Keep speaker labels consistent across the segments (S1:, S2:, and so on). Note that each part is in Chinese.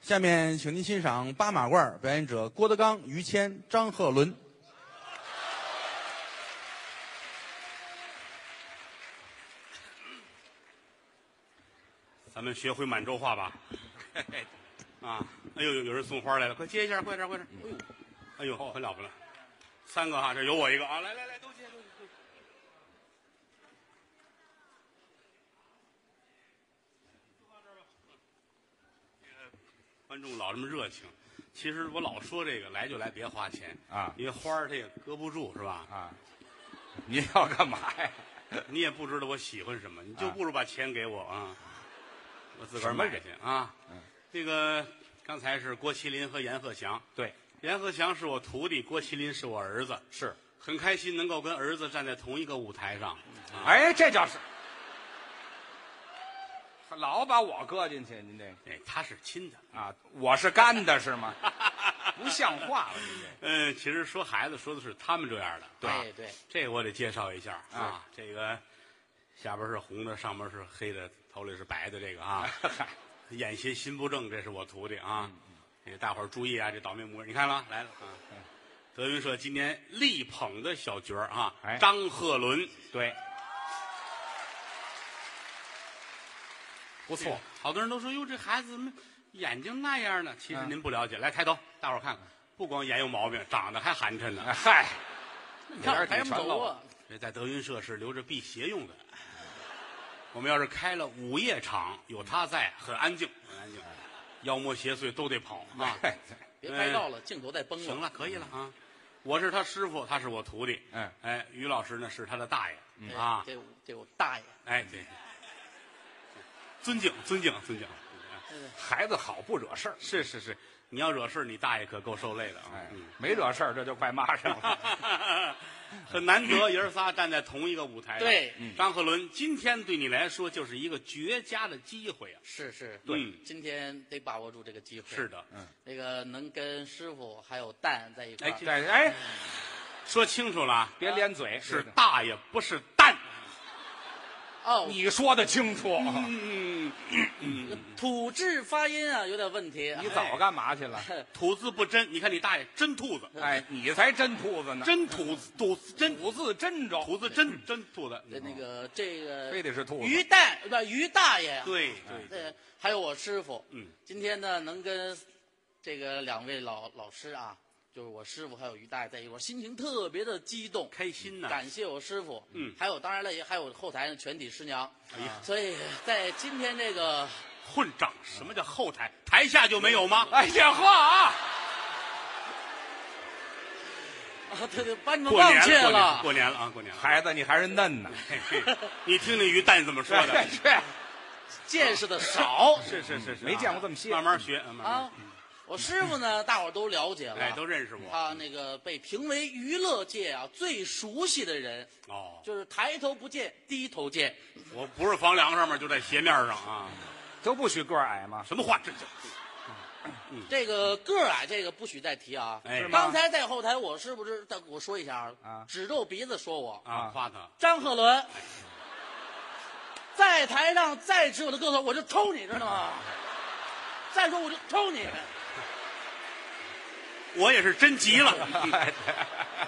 S1: 下面，请您欣赏八马褂表演者郭德纲、于谦、张鹤伦。
S2: 咱们学会满洲 话吧。啊，哎呦，有有人送花来了，快接一下，快点，快点。哎呦，哎呦，很了不了，三个哈，这有我一个啊，来来来，都接都接。都接观众老这么热情，其实我老说这个来就来，别花钱
S1: 啊
S2: 因为花儿它也搁不住，是吧？
S1: 啊，您要干嘛呀？
S2: 你也不知道我喜欢什么，你就
S1: 啊
S2: 不如把钱给我啊，我自个儿
S1: 什么
S2: 买
S1: 人
S2: 去啊。
S3: 嗯
S2: 这个刚才是郭麒麟和阎鹤祥，
S1: 对，
S2: 阎鹤祥是我徒弟，郭麒麟是我儿子，
S1: 是。
S2: 很开心能够跟儿子站在同一个舞台上。啊
S3: 哎，这叫是，老把我搁进去，您这个
S2: 哎，他是亲的。
S3: 啊，我是干的是吗？ 不像话了，您这
S2: 嗯，其实说孩子说的是他们这样的，啊
S3: 对对，
S2: 这个我得介绍一下啊，这个下边是红的，上边是黑的，头里是白的，这个 啊，眼斜心不正，这是我徒弟啊，这大伙儿注意啊，这倒霉模样，你看了来了啊， 德云社今年力捧的小角儿啊
S3: 哎，
S2: 张鹤伦
S3: 对，
S2: 不错，哎好多人都说哟，这孩子怎么眼睛那样呢？其实您不了解，来抬头，大伙儿看看，不光眼有毛病，长得还寒碜呢。
S3: 嗨，
S2: 你
S3: 看
S2: 看
S3: 我
S2: 我
S3: 抬
S2: 抬
S3: 不
S2: 不
S3: 走
S2: 走
S3: 啊
S2: 啊！这在德云社是留着辟邪用的。我们要是开了午夜场，有他在，很安静，很安静，啊妖魔邪祟都得跑啊！
S4: 别拍照了，镜头再崩
S2: 行了，可以了啊！我是他师傅，他是我徒弟。
S3: 嗯
S2: 哎，于老师呢是他的大爷、
S4: 哎
S2: 啊！
S4: 这我这我大爷，
S2: 哎，对，尊敬，尊敬，尊敬。
S3: 孩子好不惹事儿，
S2: 是是是，你要惹事，你大爷可够受累的啊！
S3: 哎
S2: 嗯，
S3: 没惹事儿这就快骂上了，
S2: 很难得，爷儿仨站在同一个舞台上。嗯
S4: 对
S2: 张鹤伦，今天对你来说就是一个绝佳的机会啊！
S4: 是是，
S2: 对
S4: 今天得把握住这个机会。
S2: 是，的，
S4: 那个能跟师傅还有蛋在一块
S2: 哎
S4: 儿，
S2: 这
S3: 对，哎，
S2: 说清楚了啊，
S3: 别连嘴，
S2: 是大爷不是蛋。
S4: 哦，
S3: 你说的清楚，
S2: 嗯，
S4: 土质发音啊有点问题。
S3: 你早干嘛去了？
S2: 吐字不真，你看你大爷真兔子，
S4: 嗯
S3: 哎，你才真兔子呢，
S2: 真吐子，吐子真
S3: 吐字真着，
S2: 吐字真真兔子。嗯
S4: 哎那个这
S3: 非
S4: 个
S3: 得是兔
S4: 于
S3: 子，
S4: 蛋不于大爷啊，
S2: 对对对，
S4: 对，还有我师傅，
S2: 嗯，
S4: 今天呢能跟这个两位老老师啊，就是我师傅还有于大爷在一块儿，心情特别的激动。
S2: 开心呐。
S4: 感谢我师傅，
S2: 嗯
S4: 还有当然了，也还有后台的全体师娘，
S2: 哎呀
S4: 所以在今天这个
S2: 混账！什么叫后台？台下就没有吗？
S3: 哎呀呵啊，
S4: 啊，对对，把你们
S2: 过
S4: 忘
S2: 年
S4: 记
S2: 了，
S4: 了，
S2: 过年了啊，过年了。
S3: 孩子你还是 嫩呢，
S2: 嘿 嘿你听听于蛋怎么说的。
S3: 去，
S4: 见识的少
S2: 是是是是，
S3: 没见
S2: 啊
S3: 过这么些
S2: 慢慢学，慢慢学
S4: 啊。我师傅呢，大伙儿都了解
S2: 嗯哎，
S4: 了，
S2: 都认识我。
S4: 他那个被评为娱乐界啊最熟悉的人，
S2: 哦，
S4: 就是抬头不见低头见。
S2: 我不是房梁上面，就在鞋面上啊。
S3: 都不许个儿矮 吗？
S2: 什么话？这这，
S4: 这个个儿矮，这个不许再提啊。
S2: 哎
S4: 刚才在后台，我是不是在我说一下
S3: 啊
S4: 指着我鼻子说我
S2: 啊，夸他
S4: 张鹤伦，在台上再指我的个头，我就抽你，知道吗？再说我就抽你。
S2: 我也是真急了，
S3: 嗯
S4: 啊，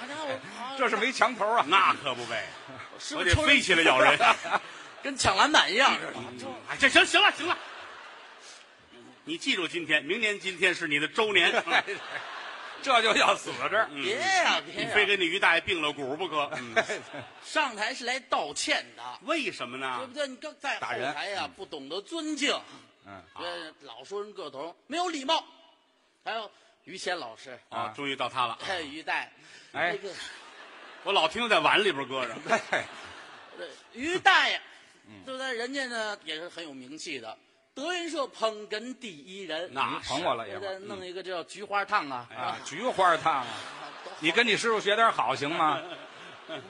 S4: 那我啊
S3: 这是没墙头 啊，
S2: 那可不呗，
S4: 师
S2: 我
S4: 傅
S2: 得
S4: 抽人
S2: 飞起来咬人。
S4: 跟抢篮板一
S3: 嗯
S4: 样，知道吗？
S2: 哎，这行行了行了，你记住今天，明年今天是你的周年， 嗯
S3: 这就要死这儿。
S4: 别啊呀、
S3: 嗯
S4: 别
S2: 你
S4: 呀、
S2: 非跟你于大爷并了骨不可。嗯
S4: 上台是来道歉的，
S2: 为什么
S4: 对
S2: 呢
S4: 不？对？你刚在后
S3: 啊打人
S4: 台呀、不懂得尊敬，
S3: 嗯，
S4: 对，老说人个头没有礼貌。还有于谦老师，
S2: 啊，终于到他了，
S4: 还有于代，
S3: 哎
S4: 那个
S2: 我老听他在碗里边搁着。
S4: 呃于大爷，对不对？人家呢也是很有名气的，德云社捧哏第一人。
S2: 那
S3: 捧我了，
S4: 对
S3: 爷
S4: 不对？
S3: 们儿
S4: 弄一个叫菊花烫啊，
S3: 啊，菊花烫啊！你跟你师傅学点好行 吗？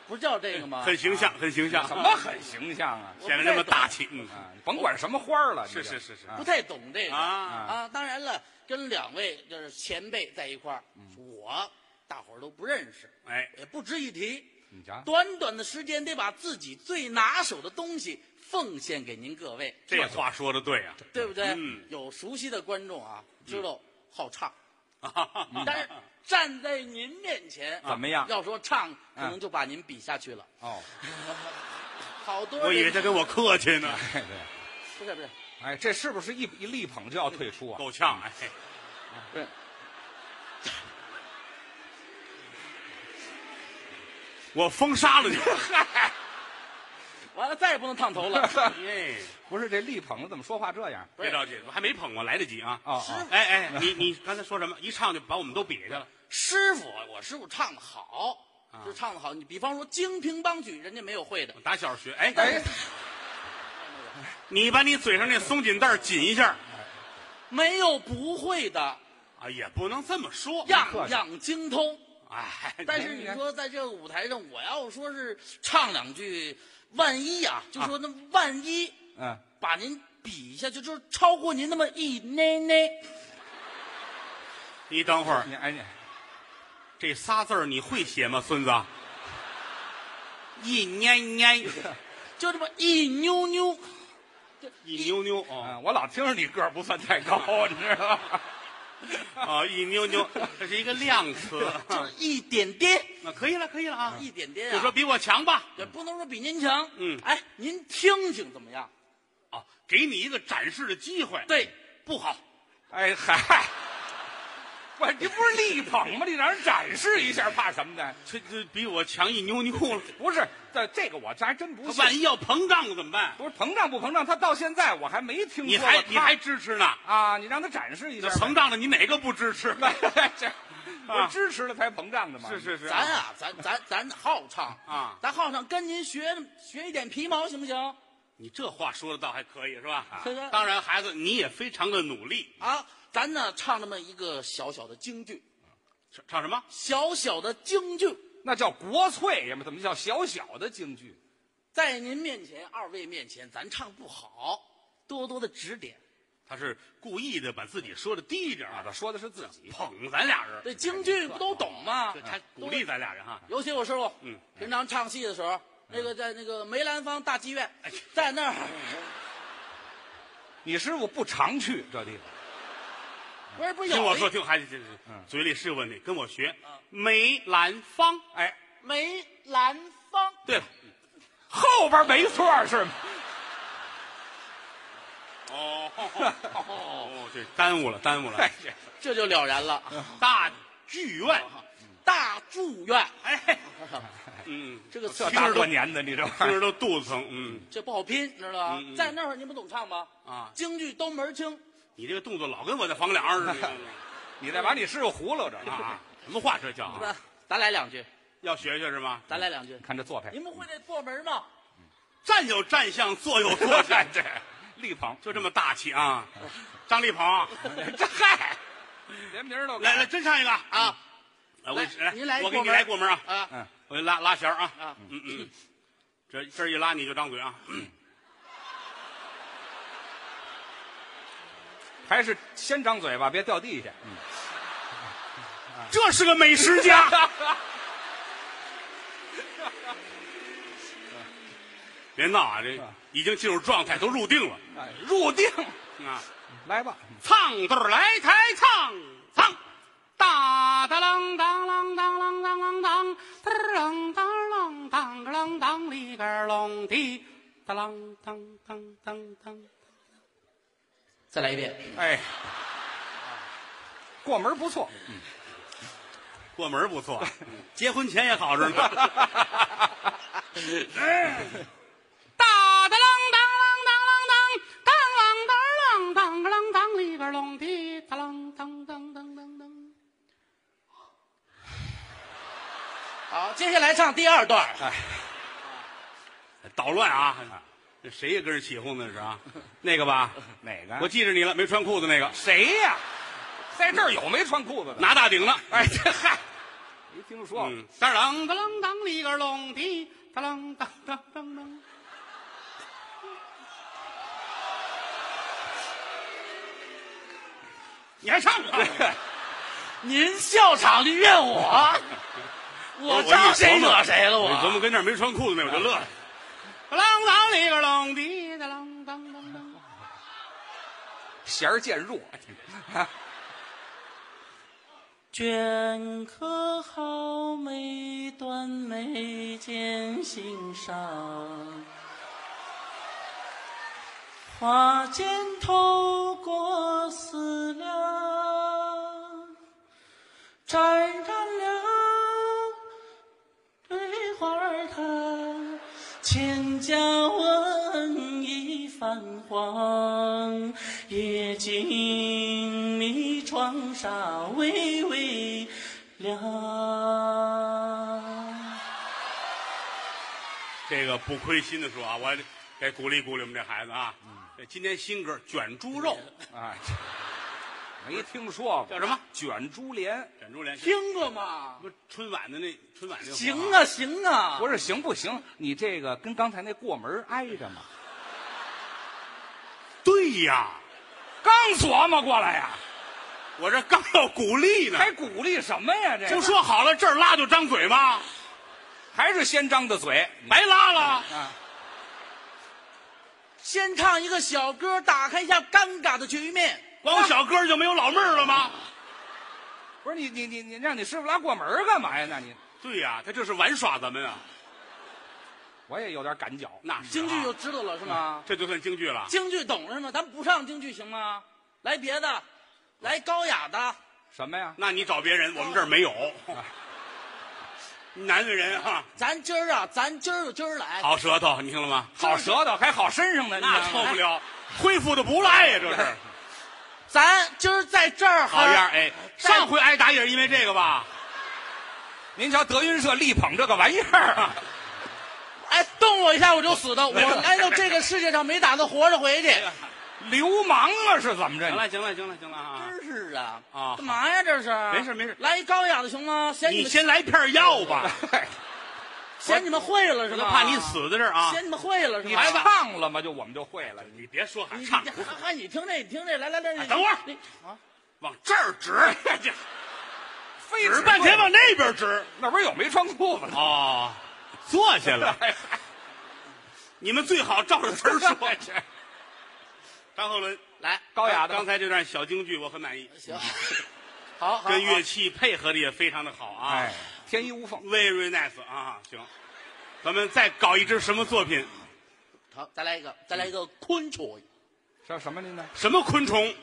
S4: 不叫这个
S3: 嗯
S4: 吗？
S2: 很形象，很形象，
S3: 什么很形象啊！
S2: 显得这么大气？嗯，
S3: 啊，甭管什么花儿了，
S2: 是
S3: 你就是
S2: 是是
S3: 啊
S4: 不太懂这个
S2: 啊，
S4: 啊，当然了，跟两位就是前辈在一块儿，
S3: 嗯
S4: 我大伙儿都不认识，
S2: 哎，
S4: 也不值一提。
S3: 你瞧，
S4: 短短的时间，得把自己最拿手的东西奉献给您各位，
S2: 这话说的对 啊，
S4: 对不对？
S2: 嗯
S4: 有熟悉的观众啊，知道
S3: 嗯
S4: 好唱，
S2: 啊
S4: 但是站在您面前
S3: 怎么样
S4: 要说唱，可能就把您比下去了。
S3: 哦，
S4: 好多人
S2: 我以为他跟我客气呢，
S3: 对对，
S4: 不是不是，
S3: 哎，这是不是一一力捧就要退出啊？
S2: 够呛哎，
S4: 不是
S2: 我封杀了你，
S4: 完了再也不能烫头了。
S2: 哎，
S3: 不是这力捧怎么说话这样
S2: 别着急，我还没捧过，来得及啊。
S3: 啊？
S4: 是
S3: 啊
S2: 哎哎，你你刚才说什么？一唱就把我们都瘪下了。
S4: 师傅，我师傅唱的好
S2: 啊，
S4: 就唱的好。你比方说《京评梆曲》，人家没有会的
S2: 我，打小学，哎
S3: 哎，
S2: 你把你嘴上那松紧带儿紧一下
S4: 没有不会的，
S2: 啊，也不能这么说。啊
S4: 样样精通。
S2: 哎，
S4: 但是你说在这个舞台上，我要说是唱两句，万一啊，就说那万一
S3: 嗯，
S4: 把您比一下，就就是超过您那么一内内，
S2: 你等会儿
S3: 你哎你
S2: 这仨字儿你会写吗，孙子？一蔫蔫，
S4: 就这么一妞妞，
S2: 一妞妞哦
S3: 嗯，我老听着你个儿不算太高，你知道吗？
S2: 啊，一妞妞，这是一个量词。啊
S4: 就是一点点，
S2: 那可以了，可以了啊，
S4: 一点点啊。
S2: 就说比我强吧。
S4: 也不能说比您强，
S2: 嗯
S4: 哎，您听听怎么样？
S2: 啊，给你一个展示的机会。
S4: 对，不好，
S3: 哎嗨，我这不是力捧吗？你让人展示一下，怕什么的？
S2: 这这比我强一妞妞了。
S3: 不是，这这个我这还真不
S2: 他
S3: 信。
S2: 万一要膨胀了怎么办？
S3: 不是膨胀不膨胀，他到现在我还没听
S2: 你
S3: 说过
S2: 还
S3: 他
S2: 你还支持呢？
S3: 啊？你让他展示一下
S2: 这
S3: 呗。
S2: 膨胀了，你哪个不支持？
S3: 这我支持了才膨胀的嘛。
S2: 是是是，
S4: 咱啊，咱咱咱好唱
S2: 啊
S4: 咱好唱，跟您学学一点皮毛行不行？
S2: 你这话说的倒还可以是吧？啊
S4: 是的
S2: 当然，孩子你也非常的努力。
S4: 啊，咱呢唱那么一个小小的京剧，
S2: 唱唱什么？
S4: 小小的京剧，
S3: 那叫国粹呀嘛，怎么叫小小的京剧？
S4: 在您面前，二位面前，咱唱不好，多多的指点。
S2: 他是故意的把自己说的低一点
S3: 啊，
S2: 儿，
S3: 他说的是自己。
S2: 捧咱俩人。
S4: 这京剧不都懂吗啊
S2: 这？他鼓励咱俩人哈。
S4: 尤其我师傅，
S2: 嗯，
S4: 平常唱戏的时候，那个在那个梅兰芳大剧院，
S2: 哎
S4: 在那儿。
S2: 嗯
S3: 你师傅不常去这地方，
S4: 不是不是有
S2: 听我说，
S4: 一
S2: 听我孩子，这这
S3: 嗯
S2: 嘴里是有问题，跟我学
S4: 啊。
S2: 梅兰芳，
S3: 哎，
S4: 梅兰芳，
S2: 对了，
S3: 后边没错是吗？
S2: 哦哦，这耽误了，耽误了
S3: 哎。呀
S4: 这就了然了。
S2: 大剧院，
S4: 哦大祝愿，
S2: 哎，嗯，
S4: 哦这个词
S3: 这
S4: 听
S3: 大
S4: 着
S3: 过
S4: 都
S3: 年的，你这玩
S2: 听
S3: 意
S2: 着
S3: 儿
S2: 都肚子疼。嗯
S4: 这不好拼，知道吧？
S2: 嗯嗯
S4: 在那会儿您不懂唱吗？
S2: 啊，
S4: 京剧都门儿清，
S2: 你这个动作老跟我在房梁似 的
S3: 你再把你师傅糊弄着呢
S2: 啊
S3: 啊！！
S2: 什么话这叫
S4: 是
S2: 啊？
S4: 吧？咱来两句，
S2: 要学学是吗？
S4: 咱来两句。
S3: 看这做派，
S4: 您不会这过门吗？
S2: 站有站相，坐有坐
S3: 做
S2: 相
S3: 派，这力捧，
S2: 就这么大气啊！张立鹏，
S3: 这嗨，连名儿都改
S2: 来来，真上一个啊！来，我给你
S4: 来您来
S2: 我给
S4: 过
S2: 你
S4: 门
S2: 来过门啊！
S4: 啊，
S3: 嗯，
S2: 我给你拉拉弦儿啊！
S4: 啊
S2: 嗯嗯，这这儿一拉你就张嘴啊！
S3: 还是先张嘴巴，别掉地下。
S2: 这是个美食家， 别闹啊！这已经进入状态，都入定了
S3: 哎，入定，
S2: 啊！
S3: 来吧，
S2: 唱对儿来台唱唱，哒哒啷当啷当啷当啷当，哒啷当啷当个啷当里个儿啷滴，哒啷当当当当。
S4: 再来一遍。
S3: 哎，过门不错，
S2: 过门儿不错， 结婚前也好着呢。
S5: 哒 哒啷当啷当啷当，当啷当啷当个啷当里个啷的，哒啷当当当当当。
S4: 好，接下来唱第二段儿。
S2: 捣乱啊！这谁也跟着起哄那是啊？那个吧，
S3: 哪个
S2: 我记着你了，没穿裤子那个，
S3: 谁呀？在这儿有没穿裤子的？
S2: 拿大顶的。
S3: 哎，这嗨，没听说过。
S2: 嗯，当然
S5: 当当啷当里个啷的，哒啷当当当当。
S2: 你还唱啊？
S4: 您笑场的怨 我，我招谁惹谁了？
S2: 我琢
S4: 我
S2: 磨跟那儿没穿裤子那，我就乐了。
S5: 啷当里个啷的，
S3: 弦儿渐弱。
S4: 镌刻好每段眉间心上，花间透过思量，沾染了桂花儿它千家文艺泛黄，夜静谧，窗纱微微亮。
S2: 这个不亏心的说啊，我得鼓励鼓励我们这孩子啊。这今天新歌《卷猪 肉》，
S3: 哎，没听说过
S2: 叫什么？
S3: 卷珠帘，
S2: 卷猪脸，
S4: 听过吗？
S2: 不是春晚的那春晚那个
S4: 行
S2: 啊，
S4: 啊，行啊！
S3: 不是行不行？你这个跟刚才那过门儿挨着吗？
S2: 对呀，
S3: 刚琢磨过来呀、
S2: 我这刚要鼓励呢，
S3: 还鼓励什么呀？这个
S2: 不说好了这儿拉就张嘴吗？
S3: 还是先张的嘴，
S2: 白拉了，
S4: 先唱一个小歌，打开一下尴尬的局面。
S2: 光小哥就没有老妹儿了吗？
S3: 不是你你你你让你师傅拉过门儿干嘛呀？那你
S2: 对呀，他这是玩耍咱们啊，
S3: 我也有点赶脚，
S2: 那是啊
S4: 京剧就知道了是吗？
S2: 这就算京剧了。
S4: 京剧懂了是吗？咱不上京剧行吗？来别的，来高雅的。
S3: 什么呀？
S2: 那你找别人，我们这儿没有。 难为人啊，
S4: 咱今儿啊，咱今儿就今儿来。
S2: 好舌头，你听了吗？
S3: 好舌头还好身上呢，
S2: 那
S3: 你知道
S2: 受
S3: 吗
S2: 不了，恢复的不赖呀，这是。
S4: 咱今儿在这儿
S2: 好样儿！
S4: 哎，
S2: 哎，上回挨打也是因为这个吧？
S3: 您瞧德云社力捧这个玩意 儿啊，
S4: 哎，动我一下我就死的，我来到这个世界上没打算活着回
S2: 哎
S4: 去。
S3: 流氓啊是怎么着？
S2: 行了，行了，行了，行了啊！
S4: 真是啊，
S2: 啊
S4: 干嘛呀这是？
S2: 没事没事
S4: 来一高雅的行吗？嫌你
S2: 你
S4: 们
S2: 先来片药吧，
S4: 嫌你们会了是
S2: 我都
S4: 吗？
S2: 怕你，死在这儿啊！
S4: 嫌你们会了是吗？ 哎
S3: 你还唱了吗？就我们就会了。
S2: 你别说
S4: 你
S2: 喊
S4: 你
S2: 唱，
S4: 嗨嗨，你听这，你听这，来来来，
S2: 哎等会儿
S4: 你
S2: 往这儿指， 这
S3: 非
S2: 指半天往那边指。
S3: 那不是有没穿裤子的？哎
S2: 哦，坐下 了。你们最好照着词儿说。张鹤伦，
S4: 来，
S3: 高雅的
S2: 刚才这段小京剧我很满意，
S4: 行，好好，
S2: 跟
S4: 好
S2: 乐器配合的也非常的好啊。
S3: 哎，天衣无缝。
S2: Very nice 啊，行，咱们再搞一支什么作品？
S4: 好，再来一个，再来一个昆虫，
S3: 这什么您呢？
S2: 什么昆虫？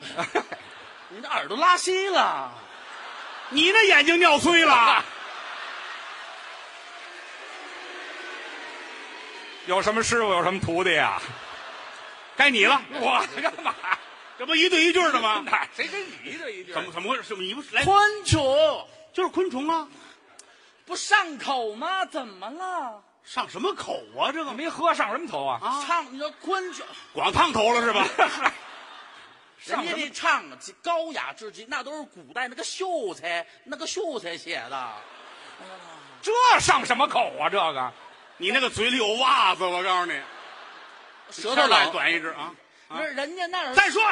S4: 你的耳朵拉稀了，
S2: 你那眼睛尿碎了，
S3: 有什么师傅有什么徒弟呀？
S2: 啊该你了。
S3: 我干嘛？
S2: 这不一对一句儿的吗？
S3: 哪谁跟你这一句？
S2: 怎么怎么回事？是不是你不是来
S4: 昆虫
S2: 就是昆虫啊？
S4: 不上口吗？怎么了？
S2: 上什么口啊？这个
S3: 没喝上什么头啊？
S4: 唱你说昆曲，
S2: 光烫头了是吧？
S4: 人
S3: 上
S4: 家
S3: 什么
S4: 这唱啊高雅至极，那都是古代那个秀才那个秀才写的。
S3: 这上什么口啊？这个
S2: 你那个嘴里有袜子，我告诉你，
S4: 舌头
S2: 来
S4: 老，
S2: 短一只啊！
S4: 那人家那儿
S2: 再说，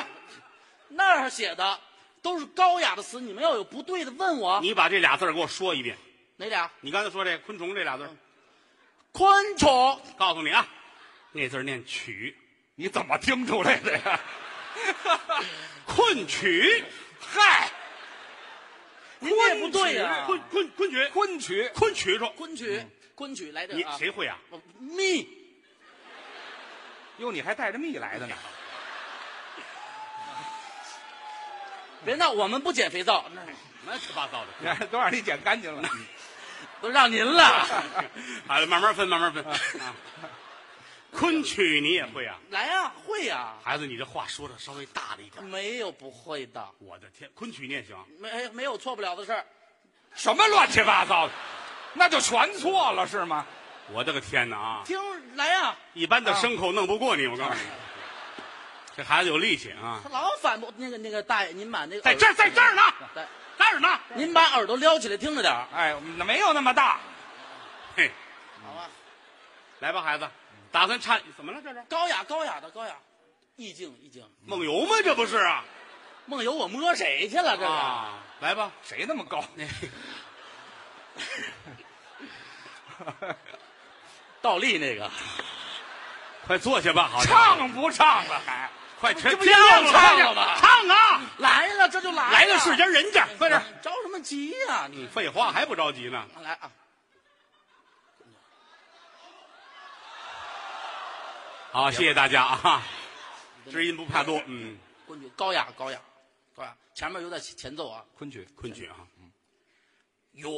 S4: 那儿写的都是高雅的词，你们要有不对的问我
S2: 你把这俩字儿给我说一遍。
S4: 哪俩？
S2: 你刚才说这昆虫这俩字儿，
S4: 昆虫
S2: 告诉你啊，那字儿念曲，
S3: 你怎么听出来的呀？
S2: 困曲。嗨，
S4: 您这哎也不对呀、
S2: 昆昆昆曲，
S3: 昆曲
S2: 昆曲说，
S4: 昆曲昆曲来
S2: 嗯你
S4: 这啊，
S2: 谁会啊？
S4: 密
S3: 哟，你还带着蜜来的 呢？
S4: 别闹，我们不捡肥皂，那
S2: 乱七八糟的。
S3: 你看哎都让你捡干净了。
S4: 都让您了。
S2: 好了，慢慢分，慢慢分。啊昆曲你也会啊？
S4: 来呀、会呀、
S2: 孩子，你这话说的稍微大了一点。
S4: 没有不会的，
S2: 我的天，昆曲你也行？啊
S4: 没没有错不了的事儿。
S3: 什么乱七八糟的？那就全错了是吗？
S2: 我的个天哪啊！
S4: 听来呀、
S2: 一般的牲口弄不过你，我告诉你，这孩子有力气啊！
S4: 他老反驳那个那个大爷，您把那个
S2: 在这儿，
S4: 耳朵
S2: 在这儿呢，
S4: 对，
S2: 在这儿呢。
S4: 您把耳朵撩起来听着点儿，
S3: 哎，那没有那么大。
S2: 嘿，
S4: 好
S2: 啊
S4: 吧？
S2: 来吧，孩子，打算唱怎么了？这是
S4: 高雅高雅的高雅，意境意境。
S2: 梦游吗？这不是啊？
S4: 梦游我摸谁去了？这是、
S2: 啊，来吧，
S3: 谁那么高？
S4: 倒立那个，
S2: 快坐下吧，好家伙，
S3: 唱不唱了还？啊
S2: 快全
S4: 这不一样
S2: 别愣
S4: 唱了
S2: 吧
S4: 吗
S2: 唱人家，快点！
S4: 哎
S2: 嗯
S4: 着什么急呀、
S2: 你
S4: 你
S2: 废话还不着急呢？
S4: 来啊！
S2: 好，谢谢大家啊！知音不怕多，嗯，
S4: 昆曲高雅高雅高雅，前面有点前奏啊，
S2: 昆曲，昆曲啊，
S4: 哟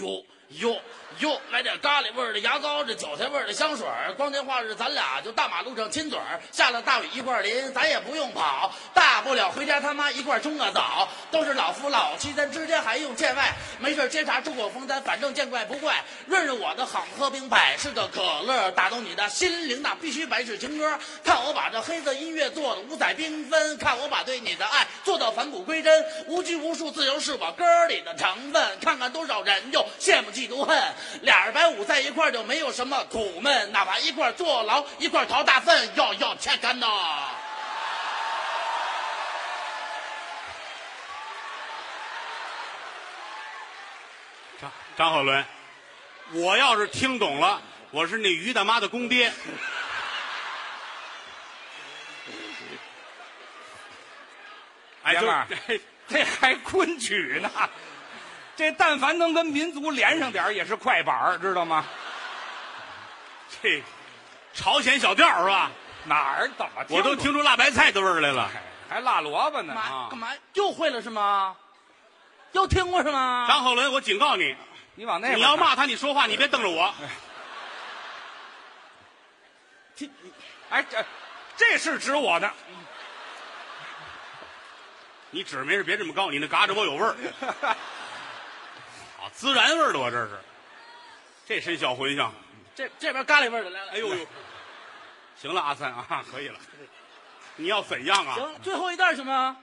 S4: 哟哟哟，来点咖喱味儿的牙膏，这韭菜味儿的香水儿。光天化日，咱俩就大马路上亲嘴儿，下了大雨一块儿淋，咱也不用跑，大不了回家他妈一块儿冲个澡。都是老夫老妻，咱之间还用见外？没事儿接茶出口风，咱反正见怪不怪。润润我的好喝冰百事的可乐，打动你的心灵，那必须百事情歌。看我把这黑色音乐做的五彩缤纷，看我把对你的爱做到返璞归真，无拘无束，自由是我歌里的成分。看看多少人又羡慕嫉妒恨，俩人白五在一块儿就没有什么苦闷，哪怕一块儿坐牢，一块儿逃大粪，要要切干呐。
S2: 张张鹤伦，我要是听懂了，我是那于大妈的公爹。哎，
S3: 爷
S2: 就
S3: 们儿
S2: 哎
S3: 这还昆曲呢？这但凡能跟民族连上点儿也是快板儿，知道吗？
S2: 这朝鲜小调是吧？
S3: 哪儿怎么
S2: 我都
S3: 懂
S2: 听出辣白菜的味儿来了。
S3: 哎还辣萝卜呢
S4: 干嘛
S3: 啊！
S4: 干嘛又会了是吗？又听过是吗？
S2: 张鹤伦，我警告你，
S3: 你往那边
S2: 你要
S3: 看
S2: 骂他，你说话你别瞪着我。
S3: 哎这这是指我呢，
S2: 你指没事，别这么高，你那嘎着窝有味儿。好，孜然味儿的，我这是。这身小茴香，
S4: 这这边咖喱味儿的来了。
S2: 哎呦呦！行了，阿三啊，可以了。你要怎样啊？
S4: 行，最后一段行吗？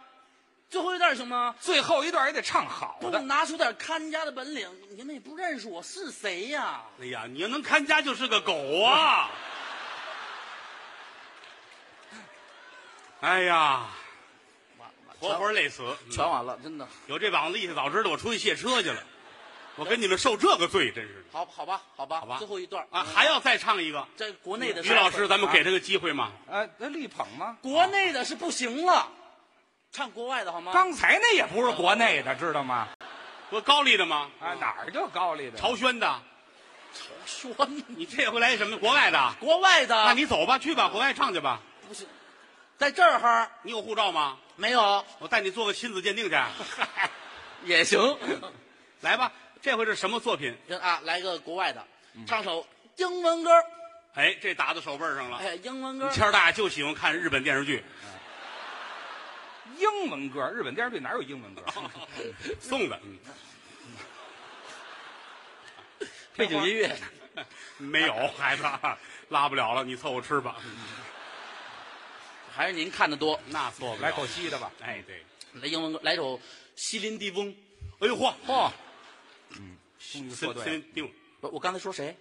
S4: 最后一段行吗？
S3: 最后一段也得唱好
S4: 不
S3: 的。
S4: 拿出点看家的本领，你们也不认识我是谁呀、
S2: 哎呀，你要能看家就是个狗啊！哎呀，
S4: 完完
S2: 活活累死！嗯
S4: 全完了，真的。
S2: 有这膀子力气，早知道我出去卸车去了。我跟你们受这个罪，真是的
S4: 好，好吧，好吧，
S2: 好吧
S4: 最后一段嗯
S2: 啊！还要再唱一个，
S4: 这国内的
S2: 于老师，咱们给他个机会啊嘛。
S3: 呃，那力捧吗？
S4: 国内的是不行了，唱国外的好吗？
S3: 刚才那也不是国内的，知道吗？
S2: 不高丽的吗？
S3: 啊，哪儿就高丽的？
S2: 朝鲜的，
S4: 说
S2: 你这回来什么？国外的？
S4: 国外的，
S2: 那你走吧，去吧，国外唱去吧。
S4: 不是在这儿哈
S2: 你有护照吗？
S4: 没有
S2: 我带你做个亲子鉴定去。
S4: 也行。
S2: 来吧，这回是什么作品？
S4: 行啊，来个国外的，唱首英文歌。
S2: 哎，这打到手背上了。
S4: 哎，英文歌，
S2: 谦儿大爷就喜欢看日本电视剧，
S3: 英文歌，日本电视剧哪有英文 歌？
S2: 送的。嗯
S4: 背景音乐。
S2: 没有孩子，拉不了了，你凑合吃吧。
S4: 还是您看的多。
S2: 那错不了
S3: 来口。西的吧。
S2: 哎，对。
S4: 来英文歌，来首《西林地翁》。
S2: 哎呦嚯嚯！
S3: 终于
S2: 孙
S3: 说对啊
S2: 孙
S3: 了
S2: 定，
S4: 不是，我刚才说谁？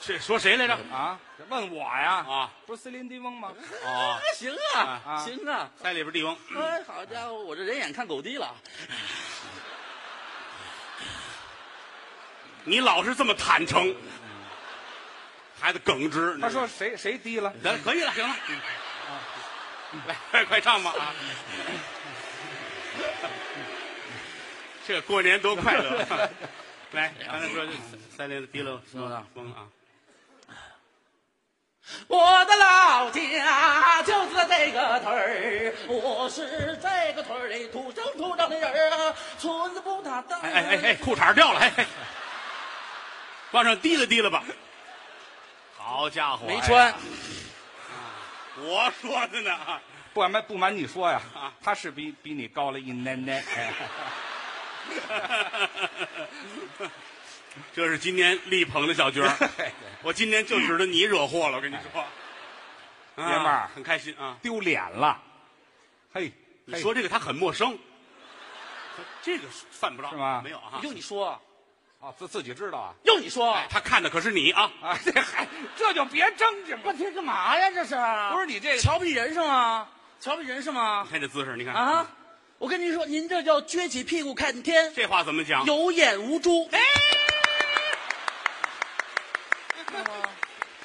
S2: 这说谁来着？
S3: 啊！问我呀？
S2: 啊
S3: 不是斯林迪翁吗？
S2: 哦，
S4: 行啊，
S3: 啊
S4: 行啊，
S2: 在里边地方。
S4: 哎，好家伙，我这人眼看狗低了。
S2: 你老是这么坦诚，孩子耿直。
S3: 他说嗯谁谁低了？
S2: 得了，可以了，行了，嗯来，快快唱吧啊！
S3: 嗯
S2: 这过年多快 乐！来，
S3: 哎
S2: 刚才说三连的低了，
S4: 行了
S2: 风
S3: 嗯
S2: 啊，
S4: 我的老家就在这个屯儿，我是这个屯儿里土生土长的人儿啊，村子不打蛋。
S2: 哎哎哎哎，裤衩掉了，哎，哎往上提了提了吧。好家伙，
S4: 没
S2: 哎
S4: 穿，
S2: 我说的呢啊，
S3: 不瞒不瞒你说呀
S2: 啊，
S3: 他是比比你高了一奶奶。哎
S2: 这是今年力捧的小娟儿
S3: 对
S2: 我今年就指着你惹祸了，我跟你说，爷
S3: 爷们儿
S2: 很开心啊。
S3: 丢脸了。嘿，
S2: 你说这个他很陌生，这个犯不着
S3: 是吗
S2: 没有啊，
S4: 哎用你说，
S3: 哦，自自己知道啊？
S4: 用你说，
S2: 哎他看的可是你啊，
S3: 啊， 这还这就别正经了
S4: 我。这干嘛呀？这是
S3: 不是你这个
S4: 瞧不起人是吗？瞧不起人是吗
S2: 你？看这姿势，你看
S4: 啊，我跟您说，您这叫撅起屁股看天，
S2: 这话怎么讲？
S4: 有眼无珠。哎，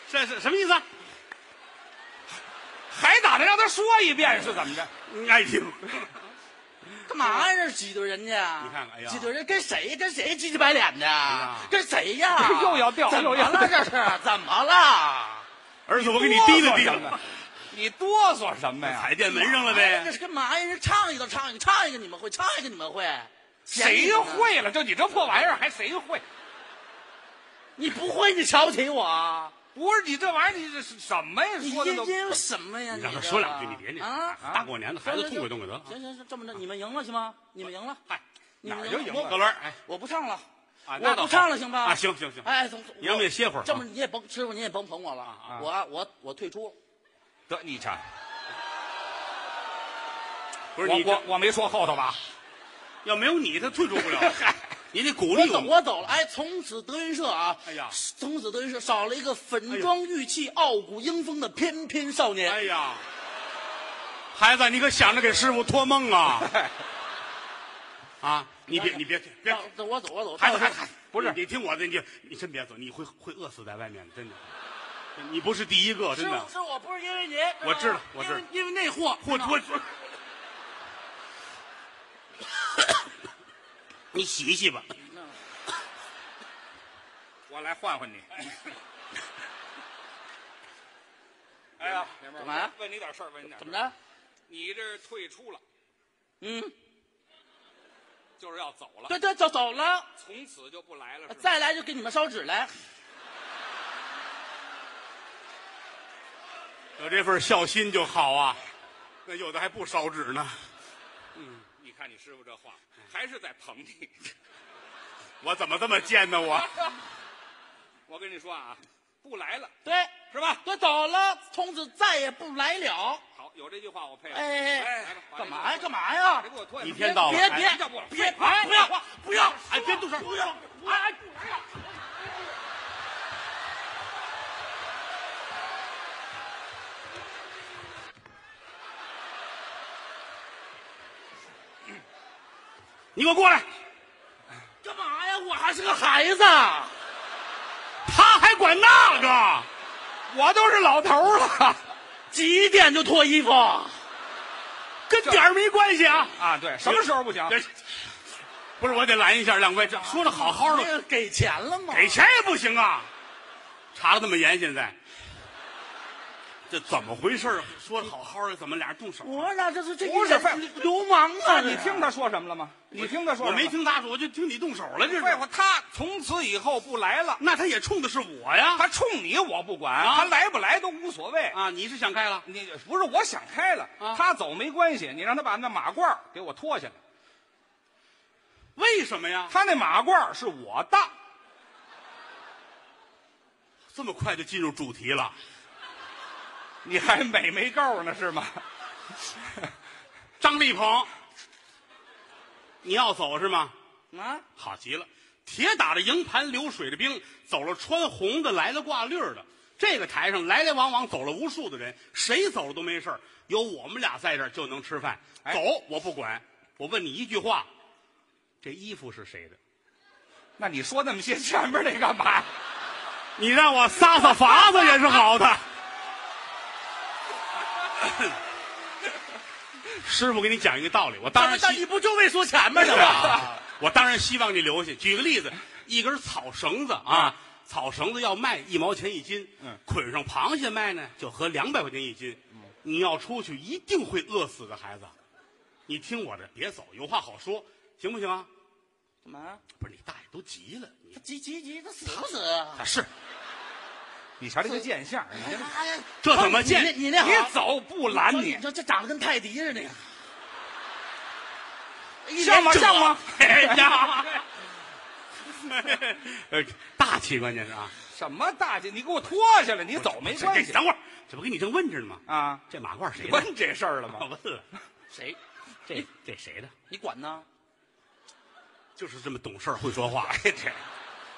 S2: 这是什么意思啊？
S3: 还打着让他说一遍是怎么着？？
S2: 你爱听，
S4: 干嘛呀？这挤兑人家？
S2: 你看看哎呀哎
S4: 挤兑人跟谁跟谁急急白脸的？跟谁呀
S3: 又要掉
S4: 怎么
S3: 又要
S4: 了这
S3: 掉
S4: 是？ 怎么了？
S2: 儿子，我给你提了提
S3: 什么
S2: 了，？
S3: 你哆嗦什么呀？
S2: 踩电门上了
S4: 哎这
S2: 呗。
S4: 是干嘛呀？人唱一个唱一个唱一个，你们会唱一个你们会？
S3: 谁？会了？就你这破玩意儿，还谁会？
S4: 你不会？你瞧不起我？啊
S3: 不是你这玩意儿，你这是什么呀？
S4: 你
S3: 说的
S4: 因
S3: 都
S4: 因为什么呀？
S2: 你让他
S4: 这个
S2: 说两句，你别那
S4: 啊！
S2: 大过年的，孩子
S4: 行
S2: 痛快痛快得了。
S4: 行行行，这么着，你们赢了行吗？你们赢了，
S2: 嗨，
S4: 你们
S3: 哪儿就
S4: 赢
S3: 赢
S4: 了
S3: 了
S2: 高伦儿，哎，
S4: 我不唱了，
S2: 啊那倒
S4: 我不
S2: 好
S4: 唱了，行吧？
S2: 啊，行行行，
S4: 哎，总
S2: 你让我也歇会儿啊啊
S4: 这么你也甭师傅你也甭捧我了，啊我我我退出。
S3: 得你瞧，
S2: 不是
S3: 我
S2: 你
S3: 我
S2: 这
S3: 我没说后头吧？
S2: 要没有你，他退出不了。嗨，你得鼓
S4: 我
S2: 励
S4: 走，
S2: 们。
S4: 我走了。哎，从此德云社啊，
S2: 哎呀
S4: 从此德云社少了一个粉妆玉砌、傲骨英风的翩翩少年。
S2: 哎呀，孩子，你可想着给师傅托梦 啊！啊，你别你别别
S4: 啊，走我走我走，
S2: 孩子
S4: 到
S2: 孩
S4: 时
S2: 子
S4: 候，
S3: 不是
S2: 你你听我的，你你真别走，你会会饿死在外面，真的。你不是第一个，真
S4: 是
S2: 的
S4: 我。是我不是因为您，
S2: 我知道
S4: 吧
S2: 我知道
S4: 因为因为那货，
S2: 我我我， 你洗洗吧。
S3: 我来换 换你。哎呀，爷们
S4: 怎么了啊
S3: 问你点事儿，问你点事儿
S4: 怎么？着？
S3: 你这退出了，
S4: 嗯，
S3: 就是要走了，
S4: 对对，走走了，
S3: 从此就不来了，是吗？
S4: 再来就给你们烧纸来。
S2: 有这份孝心就好啊。那有的还不烧纸呢。
S3: 你看你师傅这话，还是在捧你。
S2: 我怎么这么贱呢？我
S3: 我跟你说啊，不来了，
S4: 对，
S3: 是吧？
S4: 对，走了，从此再也不来了。
S3: 好，有这句话我配合。
S4: 哎
S3: 来
S4: 哎
S3: 吧，把这
S4: 干
S3: 个
S4: 嘛呀？干嘛呀
S3: 退把这？给我退了
S2: 一天到晚
S4: 别
S2: 哎
S4: 别
S3: 要不然
S4: 别！
S3: 哎
S4: 不要不要！
S2: 哎，别动手！不要！
S4: 哎，
S2: 你给我过来！
S4: 干嘛呀？我还是个孩子。
S2: 他还管那个？
S3: 我都是老头儿了
S4: 几点就脱衣服？
S2: 跟点儿没关系啊！
S3: 啊！对，什么时候不行？
S2: 这不是，我得拦一下两位，这说的好好
S4: 那
S2: 的，
S4: 个给钱了吗？
S2: 给钱也不行啊！查的那么严，现在这怎么回事啊？说的好好的，怎么俩人动手？
S4: 我那这是这
S3: 不是废
S4: 流氓啊！
S3: 那你听他说什么了吗？你听他说
S2: 我
S3: 什么了
S2: 没。听他说，我就听你动手了，这
S3: 废
S2: 是。
S3: 话，他从此以后不来了。
S2: 那他也冲的是我呀！
S3: 他冲你我不管，
S2: 啊
S3: 他来不来都无所谓。
S2: 啊，你是想开了？
S3: 你不是我想开了，他走没关系，你让他把那马褂儿给我脱下来。
S2: 为什么呀？
S3: 他那马褂儿是我的，
S2: 这么快就进入主题了？
S3: 你还美没够呢是吗？
S2: 张立鹏，你要走是吗？
S4: 啊，
S2: 好极了，铁打的营盘，流水的兵，走了穿红的，来了挂绿的。这个台上来来往往走了无数的人，谁走了都没事儿有我们俩在这儿就能吃饭。
S3: 哎
S2: 走，我不管。我问你一句话，这衣服是谁的？
S3: 那你说那么些前面那干嘛？
S2: 你让我撒撒法子也是好 的。师傅给你讲一个道理，我当然
S4: 那
S2: 希
S4: 你啊不就为说钱吗？这不。
S2: 我当然希望你留下。举个例子，一根草绳子啊，草绳子要卖一毛钱一斤，
S3: 嗯，
S2: 捆上螃蟹卖呢，就合两百块钱一斤。你要出去一定会饿死的，孩子，你听我的，别走，有话好说，行不行啊？
S4: 干嘛？
S2: 不是你大爷都急了，你
S4: 急急急，他死不死啊？
S2: 啊是
S3: 你瞧这个贱相儿，你这
S4: 哎，
S2: 这怎么见
S4: 你你那好，
S3: 你走不拦你，
S4: 这这长得跟泰迪似的，一
S3: 像吗？
S4: 脸褶
S3: 像吗？？
S2: 哎呀， 呃，大气关键是啊，
S3: 什么大姐，你给我脱下来，你走没关系
S2: 等会儿，这不跟你正问着呢吗？
S3: 啊？
S2: 这马褂谁的？
S3: 问这事儿了
S2: 我
S3: 吗？
S2: 问了，
S4: 谁？
S2: 这这谁的？
S4: 你管呢？
S2: 就是这么懂事儿会说话， 哎，这，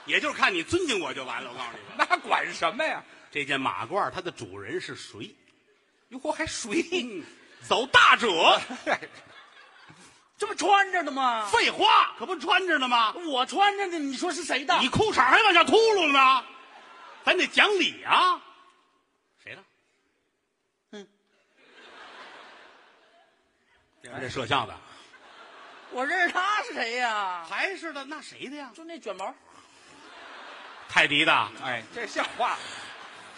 S2: 也就是看你尊敬我就完了。我告诉你吧，
S3: 那管什么呀？
S2: 这件马褂儿它的主人是谁？
S3: 哟，我还水你，
S2: 走大者，
S4: 这不穿着呢吗？
S2: 废话，可不穿着呢吗？
S4: 我穿着呢，你说是谁的？
S2: 你裤衩还往下秃噜呢，咱得讲理啊。谁的？
S4: 嗯，
S2: 这摄像的，
S4: 我认识他是谁呀？
S2: 还是的，那谁的呀？
S4: 就那卷毛，
S2: 泰迪的，
S3: 哎，这像话吗？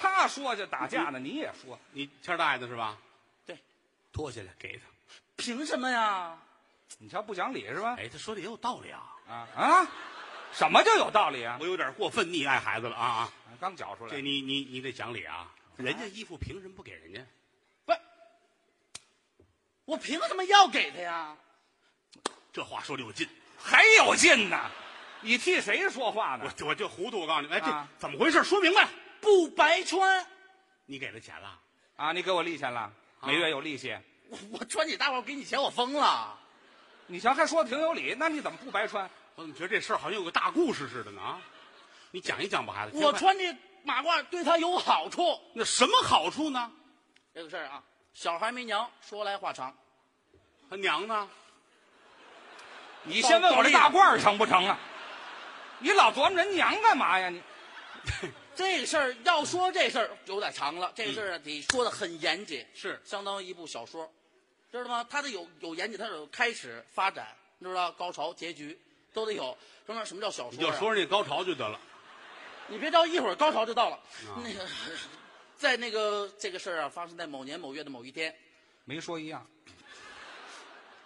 S3: 他说就打架呢，你也说，
S2: 你天儿大爷的是吧？
S4: 对，
S2: 脱下来给他。
S4: 凭什么呀？
S3: 你瞧不讲理是吧？
S2: 哎，他说的也有道理啊，
S3: 啊啊，什么叫有道理啊？
S2: 我有点过分溺爱孩子了啊啊！
S3: 刚搅出来哎
S2: 这，你你你得讲理啊！人家衣服凭什么不给人家？
S4: 不是，我凭什么要给他呀？
S2: 这话说的有劲，
S3: 还有劲呢？你替谁说话呢？
S2: 我我就糊涂，我告诉你，哎，这
S3: 哎啊
S2: 怎么回事？说明白。
S4: 不白穿，
S2: 你给他钱了？
S3: 啊，你给我利钱了，每月有利息。
S4: 我我穿你大褂给你钱，我疯了。
S3: 你瞧，还说的挺有理，那你怎么不白穿？
S2: 我怎么觉得这事儿好像有个大故事似的呢？啊，你讲一讲吧，孩子。听
S4: 我
S2: 吧
S4: 穿这马褂对他有好处。
S2: 那什么好处呢？
S4: 这个事儿啊，小孩没娘，说来话长。
S2: 他娘呢？
S3: 你先问我这大褂儿成不成啊？你老琢磨人娘干嘛呀？你
S4: 这事儿要说这事儿有点长了，这事儿啊得说的很严谨，
S2: 是
S4: 相当于一部小说，知道吗？它得有有严谨，它得有开始、发展，你知道高潮、结局都得有。什么什么叫小
S2: 你
S4: 说、
S2: 就
S4: 啊？
S2: 说说那高潮就得了。
S4: 你别着一会儿高潮就到了。 那个，在那个这个事儿啊，发生在某年某月的某一天，
S3: 没说一样，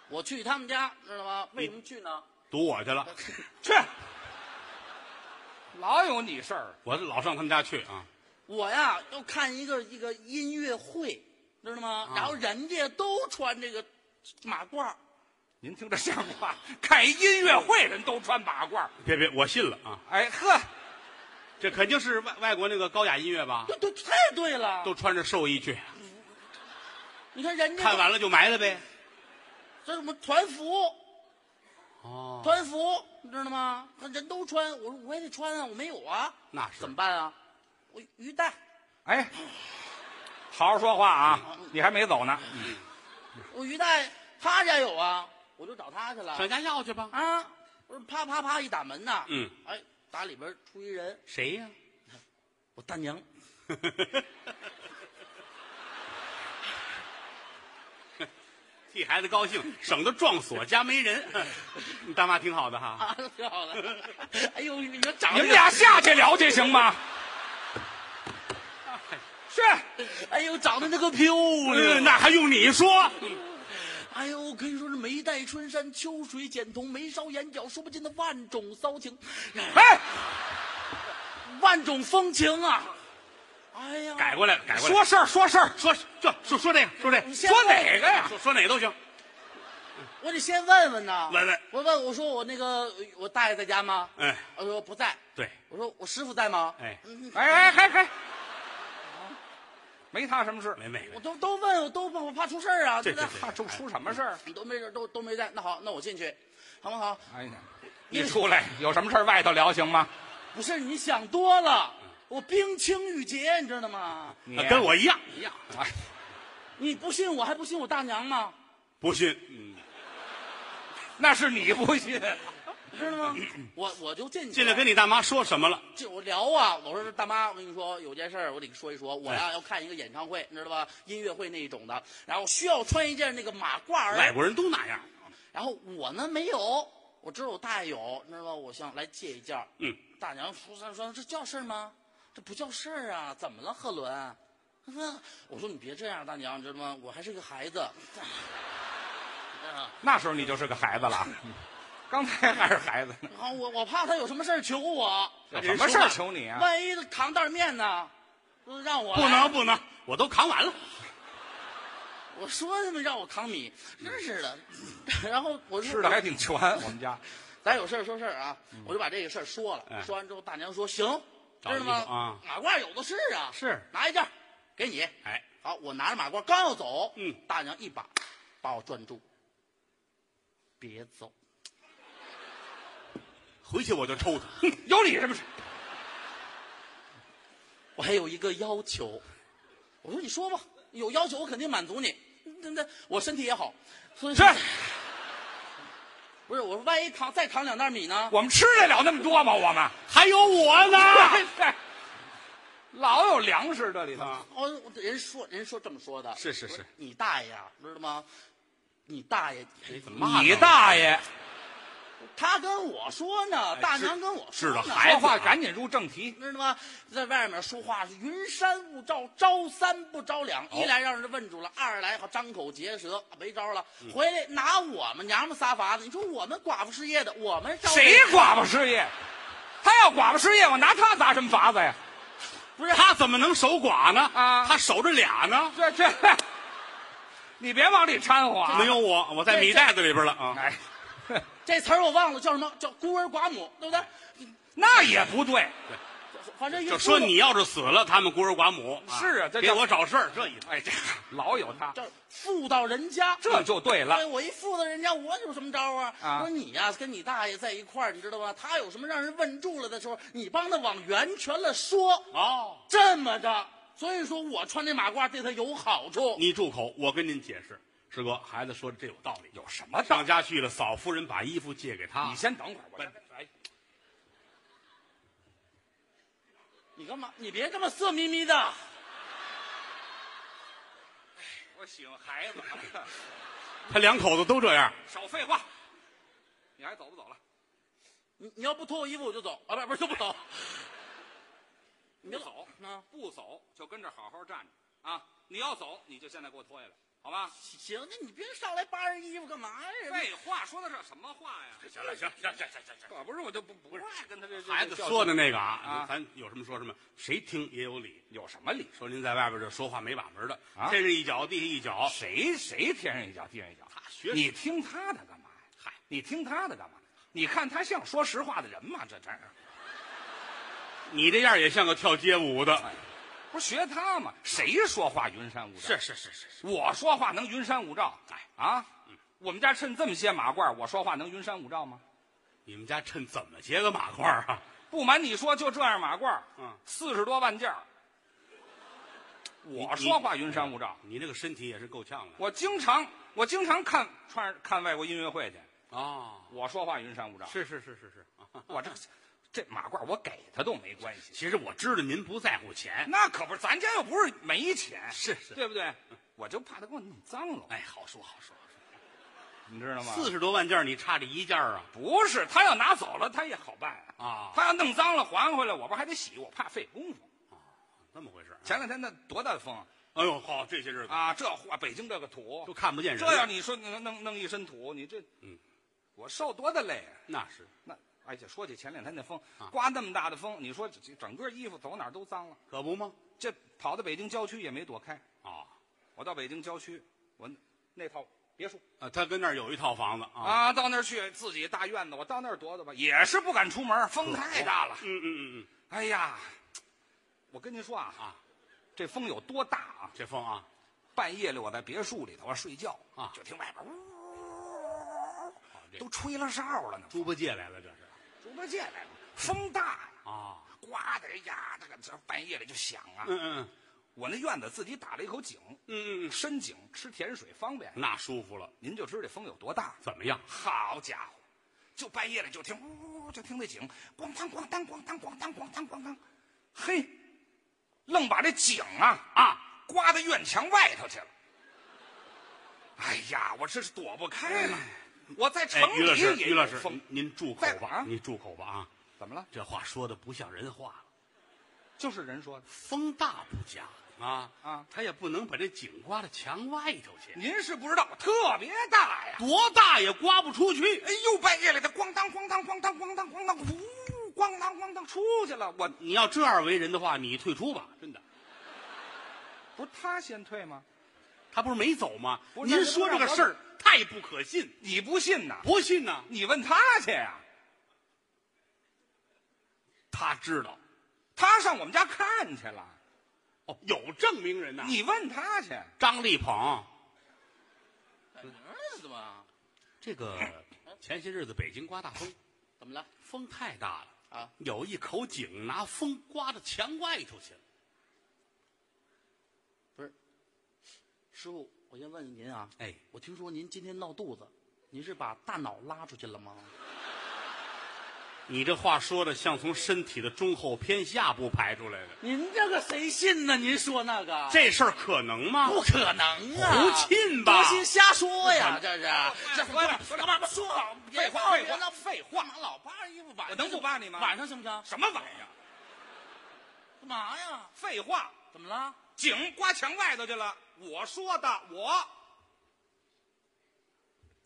S4: 我去他们家，知道吗？为什么去呢？
S2: 堵我去了，
S3: 去，老有你事儿。
S2: 我老上他们家去啊。
S4: 我呀要看一个一个音乐会，知道吗？
S2: 啊
S4: 然后人家都穿这个马褂儿，
S3: 您听这像话？开音乐会人都穿马褂儿，
S2: 别别，我信了啊！
S3: 哎呵，
S2: 这肯定是外外国那个高雅音乐吧？
S4: 对对，太对了。
S2: 都穿着寿衣去，
S4: 你看人家
S2: 看完了就埋汰呗。
S4: 这什么团服，
S2: 哦，
S4: 团服，你知道吗？人都穿，我说我也得穿啊，我没有啊，
S2: 那是
S4: 怎么办啊？我鱼带，
S3: 哎，好好说话啊！你还没走呢，
S4: 我鱼带他家有啊，我就找他去了。
S2: 上家要去吧。
S4: 啊，我说啪啪啪一打门呐，
S2: 嗯，
S4: 哎，打里边出一人，
S2: 谁呀？
S4: 我大娘，
S2: 替孩子高兴，省得撞锁，家没人。 你大妈挺好的哈，
S4: 啊，挺 好的，哎呦，你说长
S3: 你
S4: 得
S3: 们俩下去聊去行吗？去，
S4: 哎呦，长得那个漂
S2: 嗯，
S4: 亮！
S2: 那还用你说？
S4: 哎呦，我跟你说是眉黛春山，秋水剪瞳，眉梢眼角，说不尽的万种骚情，
S3: 哎，
S4: 万种风情啊！哎呀，
S2: 改过来了，改过来
S3: 说
S2: 了。
S3: 事儿说事儿，
S2: 说说就说说这个，说这个，
S4: 先
S3: 说哪个呀？
S2: 说说哪个都行。
S4: 我得先问问呐，
S2: 问问
S4: 我问我说我那个我大爷在家吗？
S2: 哎，
S4: 我说不在。
S2: 对，
S4: 我说我师傅在吗？
S2: 哎，
S3: 哎哎哎哎，没他什么事，
S2: 没没
S4: 我都都问，我都问，我怕出事儿啊，
S2: 对
S4: 不对？
S2: 对
S3: 他出出什么事儿？
S4: 都没事，都都没在。那好，那我进去，好不好？
S3: 哎呀，一出来有什么事儿外头聊行吗？
S4: 不是你想多了，
S2: 嗯
S4: 我冰清玉洁，你知道吗？
S3: 你
S2: 没，跟我一样一样。
S3: 哎
S4: 你不信我还不信我大娘吗？
S2: 不信，嗯，
S3: 那是你不信，
S4: 知道吗？ 我我就进去，
S2: 进来跟你大妈说什么了？
S4: 这我聊啊，我说大妈，我跟你说有件事儿，我得说一说。我呀、要看一个演唱会，你知道吧？音乐会那一种的，然后需要穿一件那个马褂儿，
S2: 外国人都那样。
S4: 然后我呢没有，我知道我大爷有，你知道吧？我想来借一件儿。
S2: 嗯，
S4: 大娘说说说这叫事儿吗？这不叫事儿啊！怎么了，贺伦？ 他说：“我说你别这样，大娘，你知道吗？我还是个孩子。 啊，
S3: 那时候你就是个孩子 了，刚才还是孩子呢，
S4: 然后我我怕他有什么事儿求我，
S3: 有什么事儿求你啊？
S4: 万一他扛袋儿面呢？说让我
S2: 不
S4: 来
S2: 能，不能，我都扛完了。
S4: 我说他们让我扛米，真 是的。然后我说
S3: 吃的还挺全，我们家
S4: 咱有事儿说事儿啊，我就把这个事儿说了。
S2: 嗯哎
S4: 说完之后，大娘说行，
S2: 找
S4: 知道吗
S2: 衣服？啊
S4: 马褂有的是啊，
S2: 是
S4: 拿一件儿给你。
S2: 哎，
S4: 好，我拿着马褂刚要走，
S2: 嗯，
S4: 大娘一把把我攥住，别走，
S2: 回去我就抽他。
S3: 有你什么事？
S4: 我还有一个要求。我说你说吧，有要求我肯定满足你。那那我身体也好，所以
S3: 是
S4: 不是我说万一扛再扛两袋米呢？
S3: 我们吃得了那么多吗？我们
S2: 还有我 呢。
S3: 哎老有粮
S2: 啊
S3: 食这里头，
S4: 哦，人说人说这么说的，
S2: 是是
S4: 我说
S2: 是
S4: 你大爷啊，知道吗？你大爷！
S2: 你哎怎么骂
S3: 你
S2: 上了
S3: 大爷！
S4: 他跟我说
S2: 哎
S4: 呢，大娘跟我说
S2: 是的
S4: 呢，
S2: 孩子
S3: 说话
S2: 啊
S3: 赶紧入正题。
S4: 知道吗？在外面说话是云山雾罩，招三不招两，一来让人问住了，二来好张口结舌，没招了。
S3: 嗯
S4: 回来拿我们娘们仨法子，你说我们寡妇失业的，我们招
S3: 谁寡妇失业？他要寡妇失业，我拿他砸什么法子呀？
S4: 不是？
S2: 他怎么能守寡呢？
S3: 啊
S2: 他守着俩呢，
S3: 这这，你别往里掺和啊！
S2: 没有我，我在
S4: 这
S2: 米袋子里边了啊。
S3: 哎，
S4: 这词儿我忘了叫什么，叫孤儿寡母，对不对？
S3: 那也不对。
S4: 反正 一
S2: 就说
S4: 姑
S2: 你要是死了，他们孤儿寡 母啊
S3: 是啊这
S2: 给
S3: 叫
S2: 我找事儿，这一
S3: 哎，这老有他，
S4: 叫妇道人家，
S3: 这就对了
S4: 对，。我一妇道人家，我有什么招啊？
S3: 啊
S4: 我说你呀、跟你大爷在一块儿，你知道吗？他有什么让人问住了的时候，你帮他往圆全了说，
S2: 哦，
S4: 这么着。所以说我穿这马褂对他有好处。
S2: 你住口！我跟您解释，师哥，孩子说的这有道理。
S3: 有什么道
S2: 上
S3: 理？
S2: 家去了，嫂夫人把衣服借给他。
S3: 你先等会儿，我
S2: 问
S3: 哎
S4: 你干嘛？你别这么色眯眯的。
S3: 我喜欢孩子，
S2: 他两口子都这样。
S3: 少废话。你还走不走了？
S4: 你你要不脱我衣服我就走啊！不不是就不走。
S3: 你别走
S4: 啊，
S3: 不走就跟这儿好好站着啊！你要走，你就现在给我脱下来，好吧？
S4: 行，那你别上来扒人衣服干嘛呀？
S3: 废话，说的这什么话呀？
S2: 行了，行行行行行
S3: 可不是，我就不不爱跟他这
S2: 孩子说的那个
S3: 啊
S2: 啊，咱有什么说什么，谁听也有理。
S3: 有什么理？
S2: 说您在外边这说话没把门的
S3: 啊，
S2: 天上一脚，地下一脚，
S3: 谁谁天上一脚地上一脚？
S2: 他学
S3: 你听他的干嘛呀？
S2: 嗨，
S3: 你听他的干嘛？你看他像说实话的人吗？这真是
S2: 你这样也像个跳街舞的。
S3: 哎不是学他吗？谁说话云山雾罩？
S2: 是是是是是，
S3: 我说话能云山雾罩？哎啊，我们家趁这么些马褂，我说话能云山雾罩吗？
S2: 你们家趁怎么结个马褂啊？
S3: 不瞒你说，就这样马褂，
S2: 嗯
S3: 四十多万件儿我说话云山雾罩，
S2: 你那个身体也是够呛的
S3: 我经常我经常看穿看外国音乐会去，
S2: 哦，
S3: 我说话云山雾罩。
S2: 是是是是是 啊。
S3: 我这这马褂我给他都没关系，
S2: 其实我知道您不在乎钱，
S3: 那可不是，咱家又不是没钱，
S2: 是是
S3: 对不对？我就怕他给我弄脏了，
S2: 哎，好说好说。
S3: 你知道吗？
S2: 四十多万件儿，你差这一件儿啊？
S3: 不是，他要拿走了，他也好办啊。
S2: 啊
S3: 他要弄脏了还回来，我不还得洗？我怕费功夫。
S2: 那么回事儿啊？
S3: 前两天那多大的风啊
S2: 哎呦，好，这些日子
S3: 啊！这话，北京这个土
S2: 都，看不见人了。
S3: 啊这要你说弄弄弄一身土，你这，
S2: 嗯，
S3: 我受多大累啊！
S2: 那是，
S3: 那而且说起前两天那风
S2: 啊，
S3: 刮那么大的风，你说这这整个衣服走哪儿都脏了。
S2: 可不吗？
S3: 这跑到北京郊区也没躲开，
S2: 啊
S3: 我到北京郊区，我那那套别墅
S2: 啊，他跟那儿有一套房子啊。
S3: 啊，到那儿去自己大院子，我到那儿躲躲吧，也是不敢出门，风太大了。
S2: 嗯嗯嗯嗯
S3: 哎呀，我跟您说啊，
S2: 啊，
S3: 这风有多大啊？
S2: 这风啊，
S3: 半夜里我在别墅里头啊睡觉
S2: 啊
S3: 就听外边呜，
S2: 好这
S3: 都吹了哨了呢，
S2: 猪八戒来了，这是
S3: 猪八戒来了，风大呀，
S2: 啊。
S3: 刮的哎呀，这个这半夜里就响啊。
S2: 嗯嗯
S3: 我那院子自己打了一口井，
S2: 嗯嗯，
S3: 深井吃甜水方便，
S2: 那舒服了。
S3: 您就知道这风有多大。
S2: 怎么样？
S3: 好家伙，就半夜里就听呜，就听那井咣当咣当咣当咣当咣当咣当，嘿，愣把这井啊啊刮到院墙外头去了。哎呀，我这是躲不开了，我在城
S2: 哎，于老
S3: 里
S2: 师，
S3: 也
S2: 于老
S3: 有
S2: 师，
S3: 风
S2: 您，您住口
S3: 在哪
S2: 吧
S3: 儿，
S2: 您住口吧啊！
S3: 怎么了？
S2: 这话说的不像人话了，
S3: 就是人说的。
S2: 风大不假啊
S3: 啊，
S2: 他也不能把这井刮到墙外头去，
S3: 您是不知道，特别大呀！
S2: 多大也刮不出去。
S3: 哎呦，半夜里的咣当咣当咣当咣当咣当，呜，咣当咣当出去了。我
S2: 你要这样为人的话，你退出吧，真的。
S3: 不是他先退吗？
S2: 他不是没走吗？
S3: 不是
S2: 您
S3: 那
S2: 说这个事儿太不可信，
S3: 你不信呐？
S2: 不信呢？
S3: 你问他去呀、
S2: 他知道，
S3: 他上我们家看去了，
S2: 哦，有证明人呐、
S3: 你问他去。
S2: 张立鹏，
S4: 嗯儿子嘛，
S2: 这个前些日子北京刮大风，
S4: 怎么了？
S2: 风太大了
S4: 啊！
S2: 有一口井拿风刮到墙外头去了。
S4: 不是，师傅，我先问问您啊，
S2: 哎，
S4: 我听说您今天闹肚子，您是把大脑拉出去了吗？
S2: 你这话说的像从身体的中后偏下部排出来的，
S4: 您这个谁信呢？您说那个
S2: 这事儿可能 吗？
S4: 不可能啊！
S2: 胡沁吧
S4: 多心瞎说呀，这是这
S3: 说吧说吧
S4: 哎干嘛说好？
S3: 废话
S4: 别
S3: 废话
S4: 闹
S3: 废话
S4: 干嘛老扒着衣服晚上
S3: 我能不扒你吗
S4: 晚上行不行？
S3: 什么玩意儿？
S4: 干嘛呀？
S3: 废话，
S4: 怎么了？
S3: 井刮墙外头去了。我说的，我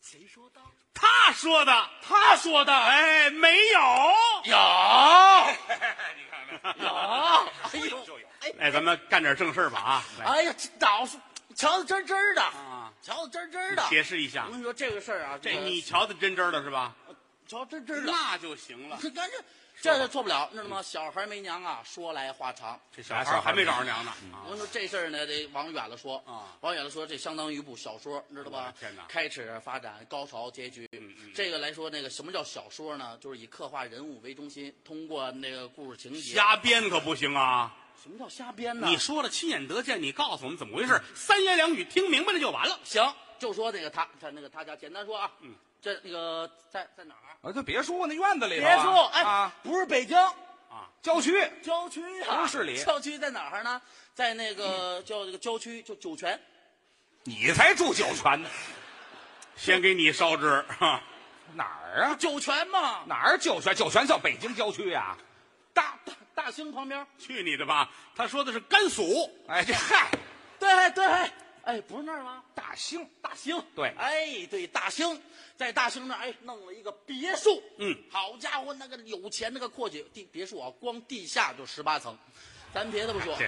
S4: 谁说的？
S2: 他说的，
S4: 他说的。
S2: 哎，没有。
S4: 有
S3: 你看看，
S4: 有，哎
S3: 哎
S4: 呦，
S3: 就有。
S4: 哎
S2: 哎，咱们干点正事儿吧啊！来
S4: 哎呀，这老是瞧得真真的，
S2: 啊，
S4: 瞧得真真的。
S2: 解释一下
S4: 我，跟你说这个事儿啊，
S2: 这
S4: 个
S2: 你瞧的真真的是吧？
S4: 瞧真真的，
S2: 那就行了。
S4: 这干这这是错不了，你知道吗？小孩没娘啊，说来话长。
S2: 这小孩儿还没找着娘呢，啊
S4: 我跟你说这事儿呢，得往远了说
S2: 啊
S4: 往远了说，这相当于一部小说，你知道
S2: 我
S4: 吧
S2: 的？天哪
S4: 开始发展，高潮结局。这个来说，那个什么叫小说呢？就是以刻画人物为中心，通过那个故事情节。
S2: 瞎编可不行啊！
S4: 什么叫瞎编呢？
S2: 你说了亲眼得见，你告诉我们怎么回事，三言两语听明白了就完了。
S4: 行，就说那个他，他那个他家，简单说啊，嗯，这那个在在哪儿？
S3: 啊，就别说那院子里头啊
S4: 别说，哎，
S3: 啊，
S4: 不是北京
S3: 郊区
S4: 郊区啊，
S3: 不是市里
S4: 郊区在哪儿呢？在那个叫这个郊区，就酒泉。
S3: 你才住酒泉呢，
S2: 先给你烧纸， 哈，
S3: 哪儿啊？
S4: 酒泉嘛，
S3: 哪儿酒泉？酒泉叫北京郊区啊？
S4: 大大大兴旁边。
S2: 去你的吧！他说的是甘肃，
S3: 哎，这嗨，
S4: 对对，哎，不是那儿吗？
S3: 大兴
S4: 大兴。
S3: 对
S4: 哎，对，大兴，在大兴那儿哎弄了一个别墅。
S2: 嗯，
S4: 好家伙，那个有钱那个阔气地别墅啊，光地下就十八层，咱别的不说，
S2: 这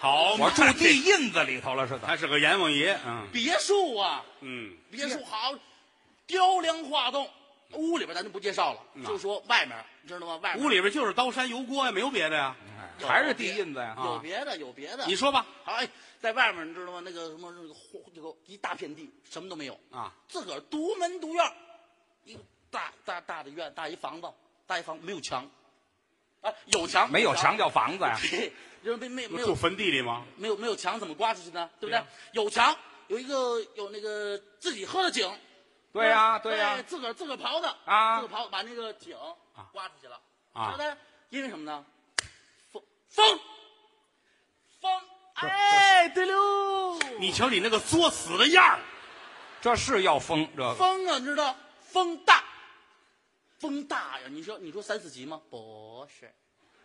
S2: 好嘛，
S3: 我住
S2: 这
S3: 地印子里头了，是怎么？
S2: 他是个阎王爷，嗯
S4: 别墅啊，
S2: 嗯，
S4: 别墅好，雕梁画栋。屋里边咱就不介绍了，就说外面，你知道吗？外面
S2: 嗯屋里边就是刀山油锅呀，没有别的呀。
S3: 哎还是地印子呀？啊
S4: 有别的，有别的。
S2: 啊你说吧，
S4: 好，哎，在外面你知道吗？那个什么，那个荒这个一大片地，什么都没有
S2: 啊，
S4: 自个儿独门独院儿，一个大大大的院，大一房子，大一房没有墙，啊，有墙
S3: 没有墙叫房子呀？
S4: 嘿 就是没没没
S2: 住
S4: 有
S2: 坟地里吗？
S4: 没有没有墙怎么刮出去呢？对不对
S2: 对？
S4: 有墙，有一个有那个自己喝的井，
S3: 对哎呀，
S4: 对
S3: 呀，
S4: 自个儿自个儿刨的
S3: 啊
S4: 自个儿刨把那个井刮出去了
S2: 啊
S4: 对不对？因为什么呢？风风风，哎，对喽，
S2: 你瞧你那个作死的样儿，
S3: 这是要封这个。
S4: 风啊，你知道风大，风大呀！你说你说三四级吗？不是，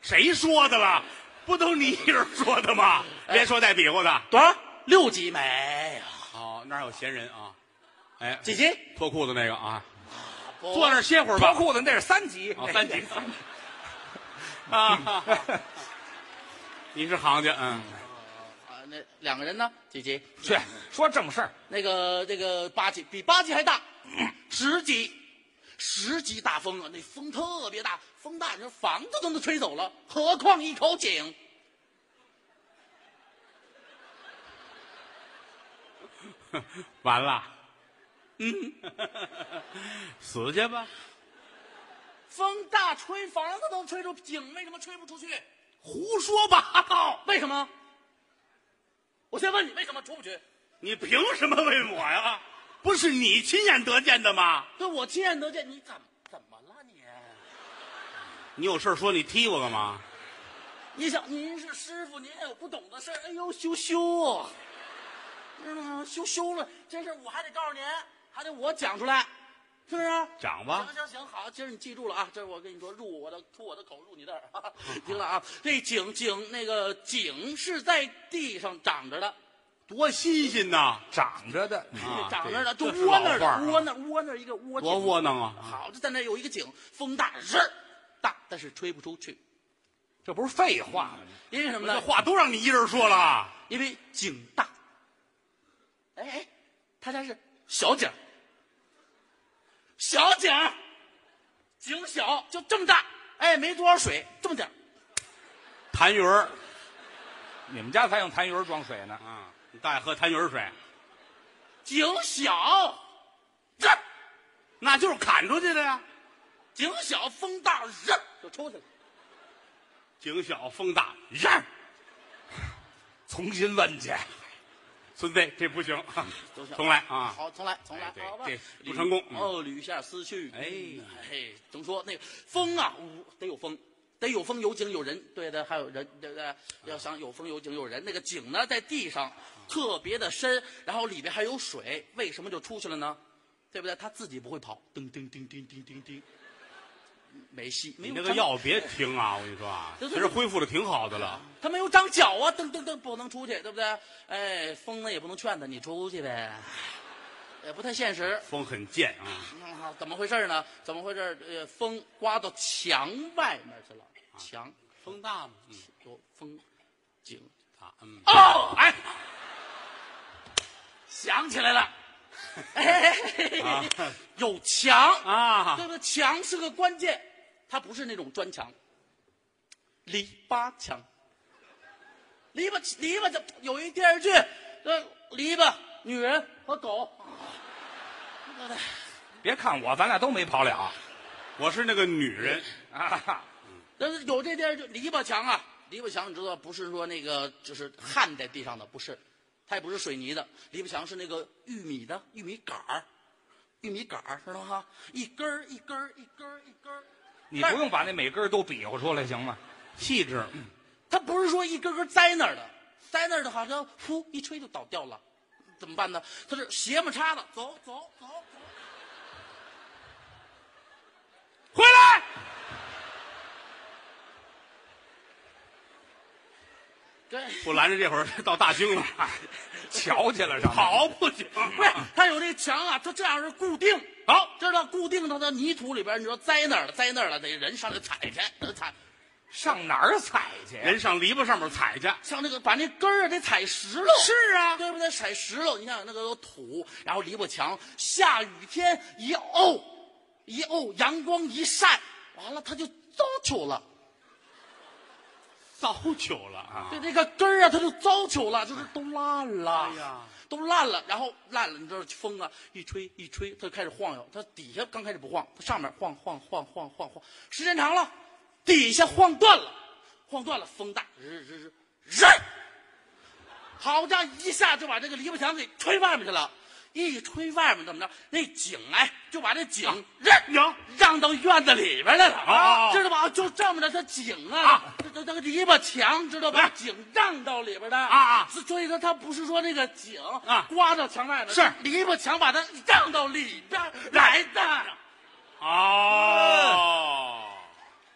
S2: 谁说的了？不都你一人说的吗？连说带比划的。
S4: 多少？六级没有？
S2: 好，哦那儿有闲人啊，哎，
S4: 几级？
S2: 脱裤子那个啊，
S4: 不
S2: 坐那儿歇会儿吧
S3: 哦脱。裤子那是哦三级哎
S2: 啊，，三级。 啊，你是行家，嗯，
S4: 啊，那两个人呢？几级？
S3: 去说正事儿。
S4: 那个这个八级比八级还大， 十级，十级大风啊！那风特别大，风大，你说房子都能吹走了，何况一口井？
S2: 完了，嗯， 死去吧，
S4: 风大吹房子都吹出井，为什么吹不出去？
S2: 胡说八道，
S4: 为什么？我先问你，为什么出不去？
S2: 你凭什么问我呀？不是你亲眼得见的吗？
S4: 对我亲眼得见，你怎么怎么了你？
S2: 你有事儿说你踢我干嘛？
S4: 你想，您是师傅，您还有不懂的事儿，哎呦，羞羞啊，知道吗？羞羞了，这事儿我还得告诉您，还得我讲出来，是不啊是？
S2: 讲吧
S4: 行行行，好，今儿你记住了啊，这是我跟你说，入我的出我的口，入你的耳，哈哈听了啊。这井井那个井是在地上长着的，
S2: 多新鲜呐！
S3: 长着的，
S2: 啊
S4: 长着的，就
S2: 这这是
S4: 窝那儿
S2: 老范儿
S4: 的，
S2: 啊
S4: 窝那儿窝那儿一个窝井。
S2: 多窝囊 啊！
S4: 好，就在那儿有一个井，风大日儿大，但是吹不出去，
S3: 这不是废话吗？
S4: 因为什么
S2: 这
S4: 呢？
S2: 话都让你一人说了，
S4: 因为井大。哎哎，他家是小井儿，小井儿，井小就这么大，哎，没多少水，这么点儿
S2: 痰盂儿，
S3: 你们家才用痰盂儿装水呢。
S2: 啊，你大爷喝痰盂儿水，
S4: 井小，这儿
S2: 那就是砍出去的呀。
S4: 井小风大，这儿就抽去了。
S2: 井小风大，人
S3: 重新问去，
S2: 孙子，这不行，啊
S4: 都行
S2: 重来啊！
S4: 好，重来，重来
S2: 哎，对
S4: 好吧
S2: 这
S4: 捋
S2: 不成功嗯
S4: 哦，捋一下思绪。
S2: 哎
S4: 嗯嘿，甭说那个风啊，呜得有风，得有风，有景有人，对的，还有人，对不对？要想有风有景有人，那个景呢在地上特别的深，然后里边还有水，为什么就出去了呢？对不对？他自己不会跑，噔噔噔噔噔噔噔，没戏。没
S2: 你
S4: 有
S2: 那
S4: 他
S2: 个药别停啊！我跟你说啊，
S4: 对
S2: 其
S4: 对
S2: 实恢复的挺好的了。
S4: 他没有长脚啊，噔噔噔不能出去，对不对？哎，风呢也不能劝他，你出去呗，也不太现实。
S2: 风很贱啊，
S4: 嗯，好，怎么回事呢？怎么回事？呃，风刮到墙外面去了，墙
S2: 风大嘛，嗯，
S4: 有风景。
S2: 大，嗯，
S4: 哦，哎，想起来了，哎，有墙，
S2: 啊
S4: 对，不对？墙是个关键，它不是那种砖墙，篱笆墙。篱笆篱笆，这有一电视剧，呃，篱笆女人和狗，
S3: 别看我，咱俩都没跑了
S2: 我是那个女人，
S3: 啊！
S4: 但是有这电视剧篱笆墙啊，篱笆墙你知道不是说那个就是焊在地上的，不是，它也不是水泥的，篱笆墙是那个玉米的玉米杆儿，玉米杆儿知道吗？一根儿一根儿一根儿一根儿，
S3: 你不用把那每根儿都比划出来行吗？
S2: 气质，
S4: 它不是说一根根栽那儿的，栽那儿的好像呼一吹就倒掉了，怎么办呢？它是斜么叉的，走走走走，
S2: 回来，
S4: 对。
S2: 我拦着这会儿到大兴了，
S3: 瞧去了，上面
S2: 跑不行，
S4: 不是，它有这个墙啊，它这样是固定，
S2: 好
S4: 知道固定到它泥土里边，你说栽那儿了，栽那儿了，得人上去踩去，得踩。
S3: 上哪儿踩去呀？
S2: 人上篱笆上面踩去，
S4: 像那个把那根儿啊得踩石头，是啊，对不对？踩石头，你想想那个有土，然后篱笆墙，下雨天一沤，一沤阳光一晒，完了它就糟朽了。
S2: 糟朽了啊！
S4: 对，这个根儿啊，它就糟朽了，就是都烂了，
S2: 哎呀
S4: 都烂了，然后烂了，你知道风啊，一吹一吹，它就开始晃悠，它底下刚开始不晃，它上面晃晃晃晃晃晃，时间长了，底下晃断了，晃断了，风大，日日日日，好家伙，一下就把这个篱笆墙给吹外面去了。一吹外面怎么着？那井哎，就把这井让
S2: 呀
S4: 让到院子里边来了
S2: 啊哦
S4: 知道吧？就这么着，它井啊，这这这个篱笆墙，知道吧？井让到里边的
S2: 啊啊
S4: 所以说它不是说那个井
S2: 啊
S4: 刮到墙外的，
S2: 是
S4: 篱笆墙把它让到里边来的。
S2: 哦，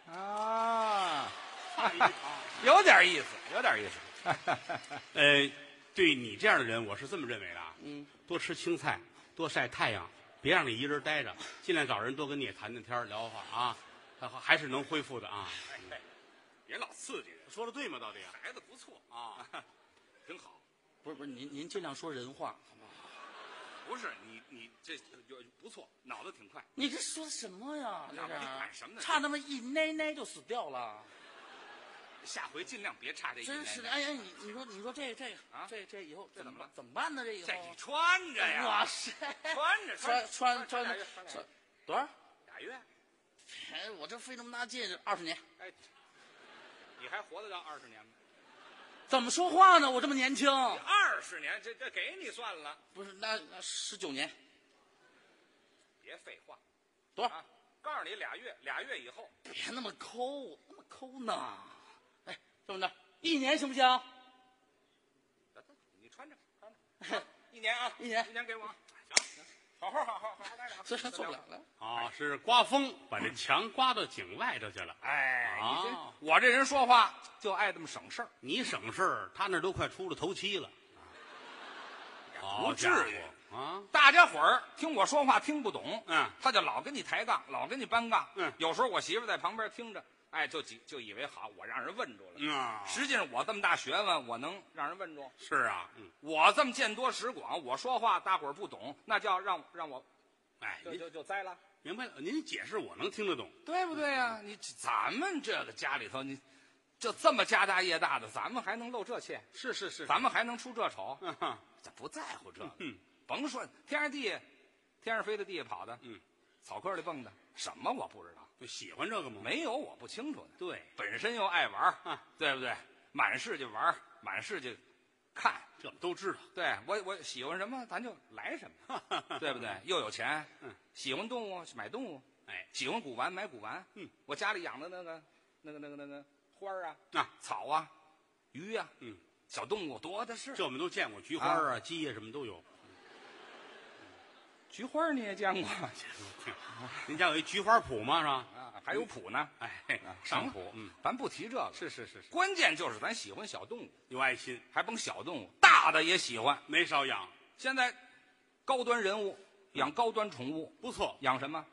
S3: 啊，有点意思，有点意思。
S2: 呃，对你这样的人，我是这么认为的啊，嗯，多吃青菜，多晒太阳，别让你一人待着，尽量找人多跟你也谈谈天儿聊会儿啊，还还是能恢复的啊。
S3: 哎别老刺激人，
S2: 说的对吗？到底
S3: 孩子不错，
S2: 啊，挺好。
S4: 不是不是，您您尽量说人话，好吗？
S3: 不是你你这有不错，脑子挺快。
S4: 你这说什么呀？这
S3: 哪
S4: 是
S3: 哪什么呢
S4: 差那么一奶奶就死掉了，
S3: 下回尽量别差这一
S4: 真是的！
S3: 年
S4: 哎呀，你你说你说这这个
S3: 啊
S4: 这这以后
S3: 这怎么
S4: 办
S3: 了
S4: 怎么办呢？这以后
S3: 这你穿着
S4: 哇
S3: 呀，
S4: 塞，
S3: 穿着
S4: 穿穿
S3: 穿
S4: 穿
S3: 俩月，穿
S4: 穿
S3: 俩月
S4: 多少？
S3: 俩月，
S4: 哎，我这费那么大劲，二十年，
S3: 哎，你还活得到二十年吗？
S4: 怎么说话呢？我这么年轻，
S3: 二十年，这这给你算了，
S4: 不是那那十九年
S3: 别废话
S4: 多少？
S3: 啊！告诉你俩月，俩月以后
S4: 别那么抠，那么抠呢？哎，这么着，一年行不行？
S3: 得得你穿着穿着，一年啊，
S4: 一年
S3: 一年给我，行，好好好好好好待着啊，
S4: 虽然做不了了，
S2: 啊，是刮风把这墙刮到井外头去了。
S3: 哎，你这、
S2: 啊
S3: 我这人说话就爱这么省事儿，
S2: 你省事儿，他那都快出了头七了。
S3: 不
S2: 好
S3: 至
S2: 家
S3: 于。
S2: 伙啊！
S3: 大家伙儿听我说话听不懂，
S2: 嗯
S3: 他就老跟你抬杠，老跟你搬杠，
S2: 嗯
S3: 有时候我媳妇在旁边听着，哎，就以就以为好，我让人问住了，
S2: 嗯啊
S3: 实际上我这么大学问，我能让人问住？
S2: 是啊，嗯，
S3: 我这么见多识广，我说话大伙儿不懂，那叫让让我
S2: 哎，
S3: 就
S2: 您
S3: 就就栽了，
S2: 明白了，您解释我能听得懂。
S3: 对不对呀、你嗯咱们这个家里头，你就这么家大业大的，咱们还能露这怯？
S2: 是是是
S3: 咱们还能出这丑？
S2: 嗯哼
S3: 咱不在乎这个，
S2: 嗯
S3: 甭说天上地下，天上飞的，地下跑的，
S2: 嗯，
S3: 草坑里蹦的，什么我不知道，
S2: 就喜欢这个吗？
S3: 没有我不清楚的。
S2: 对，
S3: 本身又爱玩儿
S2: 嗯啊，
S3: 对不对？满世界玩儿，满世界看。
S2: 这我们都知道。
S3: 对我我喜欢什么，咱就来什么， 对不对？又有钱，喜欢动物买动物，
S2: 嗯哎，
S3: 喜欢古玩买古玩。
S2: 嗯，
S3: 我家里养的那个那个那个那个花儿啊、
S2: 啊
S3: 草啊、鱼啊，
S2: 嗯，
S3: 小动物多的是。
S2: 这我们都见过，菊花啊、鸡呀什么都有。
S3: 菊花儿你也见 过
S2: 嗯您家有一菊花圃吗？是吧？
S3: 啊？还有谱呢，
S2: 哎
S3: 啊，
S2: 上
S3: 行
S2: 圃，嗯，
S3: 咱不提这个。
S2: 是是是是，
S3: 关键就是咱喜欢小动物，
S2: 有爱心，
S3: 还甭小动物，大的也喜欢。
S2: 没少养，
S3: 现在高端人物
S2: 嗯
S3: 养高端宠物，
S2: 不错。
S3: 养什么